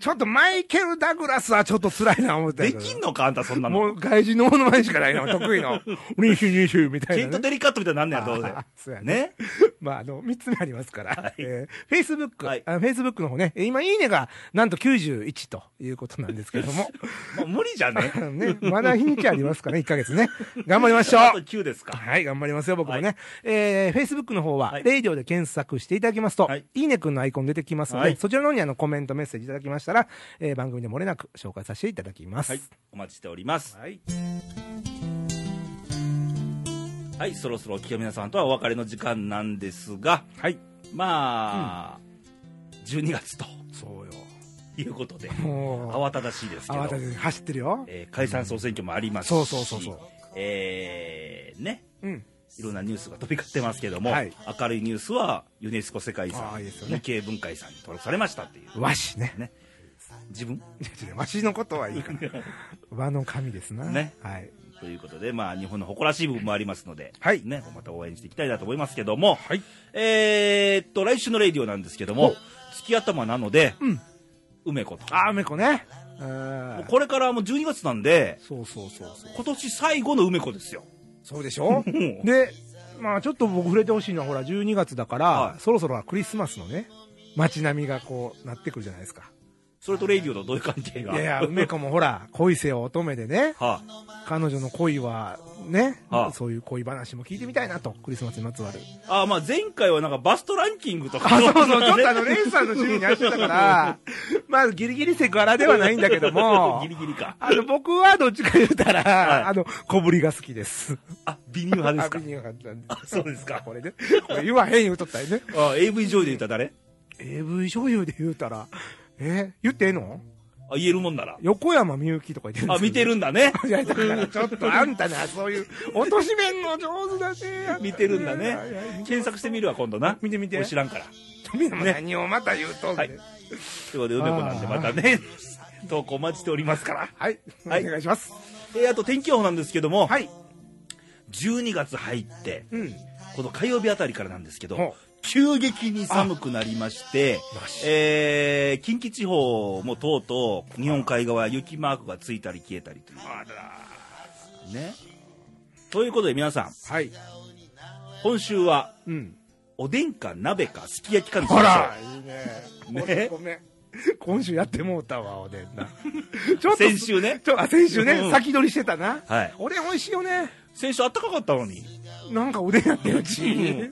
[SPEAKER 2] ちょっとマイケル・ダグラスはちょっと辛いな、思ってた
[SPEAKER 1] で
[SPEAKER 2] けど。
[SPEAKER 1] きんのか、あんた、そんなの。
[SPEAKER 2] もう外人のものまねしかないな、得 意の。ニシュニシュみた
[SPEAKER 1] ケン
[SPEAKER 2] いな
[SPEAKER 1] ト・デ
[SPEAKER 2] ね、
[SPEAKER 1] リカットみたいになんねや、どう
[SPEAKER 2] あーそうや
[SPEAKER 1] せ。
[SPEAKER 2] ね
[SPEAKER 1] ね。
[SPEAKER 2] まあ、あの、三つ目ありますから。
[SPEAKER 1] はい
[SPEAKER 2] えー、Facebook、
[SPEAKER 1] はい
[SPEAKER 2] あ Facebook の方ね、えー今、いいねが、なんと91ということなんですけ ども。
[SPEAKER 1] もう無理じゃね。
[SPEAKER 2] ね、まだ日にちありますから、1ヶ月ね。頑張りましょう
[SPEAKER 1] あと9ですか。
[SPEAKER 2] はい、頑張りますよ、僕もね。
[SPEAKER 1] は
[SPEAKER 2] えー、Facebook の方は、
[SPEAKER 1] はい
[SPEAKER 2] レイディオで検索していただきますと、
[SPEAKER 1] はいい、
[SPEAKER 2] いねくんのアイコン出てきますので、
[SPEAKER 1] はい
[SPEAKER 2] そちらの方にあのコメントメッセージいただきましたら、えー、番組で漏れなく紹介させていただきます。
[SPEAKER 1] はい、お待ちしております。
[SPEAKER 2] はい。
[SPEAKER 1] はい、そろそろお聞きの皆さんとはお別れの時間なんですが、
[SPEAKER 2] はい。
[SPEAKER 1] まあ、12月と
[SPEAKER 2] そうよ。
[SPEAKER 1] いうことで、
[SPEAKER 2] もう、
[SPEAKER 1] 慌ただしいですけど
[SPEAKER 2] 慌、てて走ってるよ。
[SPEAKER 1] えー解散総選挙もありますし、
[SPEAKER 2] そうそうそうそう
[SPEAKER 1] えーね、
[SPEAKER 2] うん。
[SPEAKER 1] いろんなニュースが飛び交ってますけども、
[SPEAKER 2] はい
[SPEAKER 1] 明るいニュースはユネスコ世界遺
[SPEAKER 2] あ
[SPEAKER 1] 産、
[SPEAKER 2] ーいいですよね
[SPEAKER 1] 無形文化遺産に登録されましたっていう、
[SPEAKER 2] 和紙ね。
[SPEAKER 1] ね、自分
[SPEAKER 2] いや違うわしのことはいいから。和の神ですな。
[SPEAKER 1] ね
[SPEAKER 2] はい。
[SPEAKER 1] ということで、まあ、日本の誇らしい部分もありますので、
[SPEAKER 2] はい
[SPEAKER 1] ね、また応援していきたいなと思いますけども、
[SPEAKER 2] はい。
[SPEAKER 1] えーっと、来週のレイディオなんですけども、月頭なので、
[SPEAKER 2] うん
[SPEAKER 1] 梅子と。
[SPEAKER 2] あー、梅子ね。う。
[SPEAKER 1] もうんこれからもう12月なんで、
[SPEAKER 2] そうそうそうそう。
[SPEAKER 1] 今年最後の梅子ですよ。
[SPEAKER 2] そうでしょ
[SPEAKER 1] ん
[SPEAKER 2] で、まあちょっと僕触れてほしいのは、ほら、12月だから、
[SPEAKER 1] はい
[SPEAKER 2] そろそろはクリスマスのね、街並みがこう、なってくるじゃないですか。
[SPEAKER 1] それとレイディオとどういう関係
[SPEAKER 2] い
[SPEAKER 1] が
[SPEAKER 2] やいや、梅子もほら、恋せよ乙女でね、
[SPEAKER 1] は
[SPEAKER 2] 彼女の恋は、ね、
[SPEAKER 1] はあ
[SPEAKER 2] そういう恋話も聞いてみたいなと、クリスマスにまつわる。
[SPEAKER 1] あ、あまあ前回はなんかバストランキングとか。
[SPEAKER 2] あ、そうそう、ちょっとあ
[SPEAKER 1] ね、
[SPEAKER 2] の、レイさんの趣味に合ってた から、まあ、ギリギリセクハラではないんだけ ども
[SPEAKER 1] ギリギリか。
[SPEAKER 2] あの、僕はどっちか言うたら、
[SPEAKER 1] はい
[SPEAKER 2] あの、小ぶりが好きです。
[SPEAKER 1] あ、美乳派ですか
[SPEAKER 2] あ。見にかったんで
[SPEAKER 1] あ、そうですか。
[SPEAKER 2] これね。これ言わへん言うとったよね。
[SPEAKER 1] あ、AV 上位で言ったら誰
[SPEAKER 2] AV 女優で言うたら、え言ってええの
[SPEAKER 1] あ、言えるもんなら。
[SPEAKER 2] 横山みゆきとか言ってるんで
[SPEAKER 1] あ、
[SPEAKER 2] すけ
[SPEAKER 1] 見
[SPEAKER 2] ど
[SPEAKER 1] てるんだ ね。
[SPEAKER 2] いや、だからちょっとあんたな、そういう、落とし面の上手だし。
[SPEAKER 1] 見てるんだ
[SPEAKER 2] い
[SPEAKER 1] ね
[SPEAKER 2] やいや。
[SPEAKER 1] 検索してみるわ、今度な。
[SPEAKER 2] 見て見て
[SPEAKER 1] 俺知らんから。
[SPEAKER 2] 富山何をまた言うとんね
[SPEAKER 1] はいということで、梅子なんでまたね、 投稿お待ちしておりますから。
[SPEAKER 2] はい。
[SPEAKER 1] はい
[SPEAKER 2] お願いします。
[SPEAKER 1] えーあと天気予報なんですけども、
[SPEAKER 2] はい。
[SPEAKER 1] 12月入って、
[SPEAKER 2] うん。
[SPEAKER 1] この火曜日あたりからなんですけ
[SPEAKER 2] ほ
[SPEAKER 1] ど、急激に寒くなりまして
[SPEAKER 2] あよし、
[SPEAKER 1] えー近畿地方もとうとう日本海側雪マークがついたり消えたりとい
[SPEAKER 2] あら。
[SPEAKER 1] うね。ということで皆さん、
[SPEAKER 2] はい。
[SPEAKER 1] 今週は
[SPEAKER 2] うん。
[SPEAKER 1] おでんか鍋かすき焼きかにしま
[SPEAKER 2] ほ
[SPEAKER 1] しょう
[SPEAKER 2] ら。いいね。
[SPEAKER 1] ね
[SPEAKER 2] 俺ごめん。今週やってもうたわ、おでん な。ちょっと、
[SPEAKER 1] 先週ね
[SPEAKER 2] ちょあ、先週
[SPEAKER 1] う
[SPEAKER 2] ね、
[SPEAKER 1] ん
[SPEAKER 2] 先取りしてたな。
[SPEAKER 1] はい
[SPEAKER 2] おでん美味しいよね。
[SPEAKER 1] 先週あったかかったのに、
[SPEAKER 2] なんかおでんやってるうち に。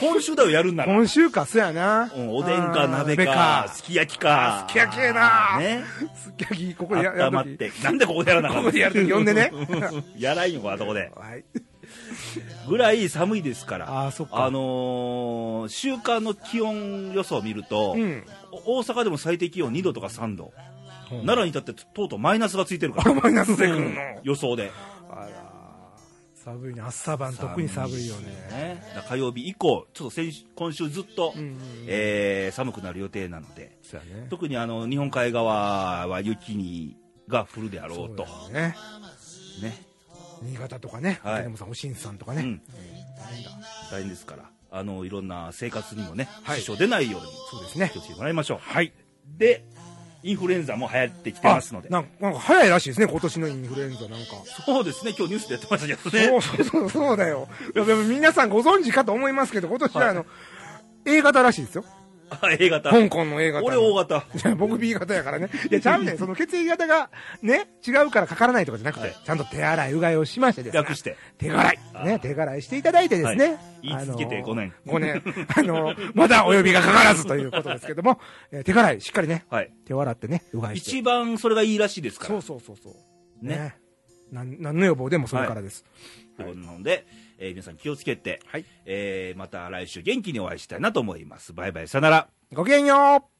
[SPEAKER 1] 今週だよやるんなら、
[SPEAKER 2] 今週か、そやな。
[SPEAKER 1] うんおでんか鍋かすき焼きか
[SPEAKER 2] すき焼きええな
[SPEAKER 1] ね
[SPEAKER 2] すっきゃき、ここでやや
[SPEAKER 1] 温まっ
[SPEAKER 2] るとき
[SPEAKER 1] てなんでここでやらなかった
[SPEAKER 2] ここでやるとき呼んでね
[SPEAKER 1] やらんよこんなとこで
[SPEAKER 2] はい。
[SPEAKER 1] ぐらい寒いですから
[SPEAKER 2] あーそっか
[SPEAKER 1] のー週間の気温予想を見ると、
[SPEAKER 2] うん。
[SPEAKER 1] お大阪でも最低気温2度とか3度、奈良に至ってととうとうマイナスがついてるか
[SPEAKER 2] あら、
[SPEAKER 1] ら
[SPEAKER 2] マイナスでくるの。
[SPEAKER 1] 予想で
[SPEAKER 2] あら、寒いね。朝晩特に寒いよね。
[SPEAKER 1] ねだから火曜日以降ちょっと先週今週ずっと、
[SPEAKER 2] うんうん
[SPEAKER 1] えー寒くなる予定なので
[SPEAKER 2] そうやね。
[SPEAKER 1] 特にあの日本海側は雪にが降るであろうと
[SPEAKER 2] そうやね。
[SPEAKER 1] ね
[SPEAKER 2] 新潟とかね。
[SPEAKER 1] はい
[SPEAKER 2] でもさん、おしんさんとか
[SPEAKER 1] う
[SPEAKER 2] ね。
[SPEAKER 1] ん、
[SPEAKER 2] 大変だ。
[SPEAKER 1] 大変ですからあのいろんな生活にもね
[SPEAKER 2] はい
[SPEAKER 1] 支障出ないように
[SPEAKER 2] そうですね
[SPEAKER 1] 気をつけてもらいましょう
[SPEAKER 2] はい。
[SPEAKER 1] でインフルエンザも流行ってきてますので
[SPEAKER 2] なんか、なんか早いらしいですね、今年のインフルエンザなんか。
[SPEAKER 1] そうですね今日ニュースでやってましたけど
[SPEAKER 2] そ
[SPEAKER 1] ね
[SPEAKER 2] うそうそう、そうだよ。いやでも皆さんご存知かと思いますけど、今年はあの、A 型らしいですよ。
[SPEAKER 1] あ A 型
[SPEAKER 2] 香港の A 型。
[SPEAKER 1] 俺 O 型
[SPEAKER 2] いや僕 B 型やからね。いや、ちゃうね ん。その血液型がね、違うからかからないとかじゃなくて、
[SPEAKER 1] はい
[SPEAKER 2] ちゃんと手洗い、うがいをしましてですね。
[SPEAKER 1] 略して
[SPEAKER 2] 手洗い。ね、手洗いしていただいてですね。
[SPEAKER 1] はい言い続けて5年
[SPEAKER 2] あのー。5年。あのー、まだお呼びがかからずということですけども、えー手洗い、しっかりね、
[SPEAKER 1] はい
[SPEAKER 2] 手を洗ってね、うがいして。
[SPEAKER 1] 一番それがいいらしいですから
[SPEAKER 2] そうそうそうそう。
[SPEAKER 1] ね
[SPEAKER 2] ね。なん、なんの予防でもそれからです。
[SPEAKER 1] ということなので、えー皆さん気をつけて、
[SPEAKER 2] はい
[SPEAKER 1] えーまた来週元気にお会いしたいなと思いますバイバイさよなら
[SPEAKER 2] ごきげんよう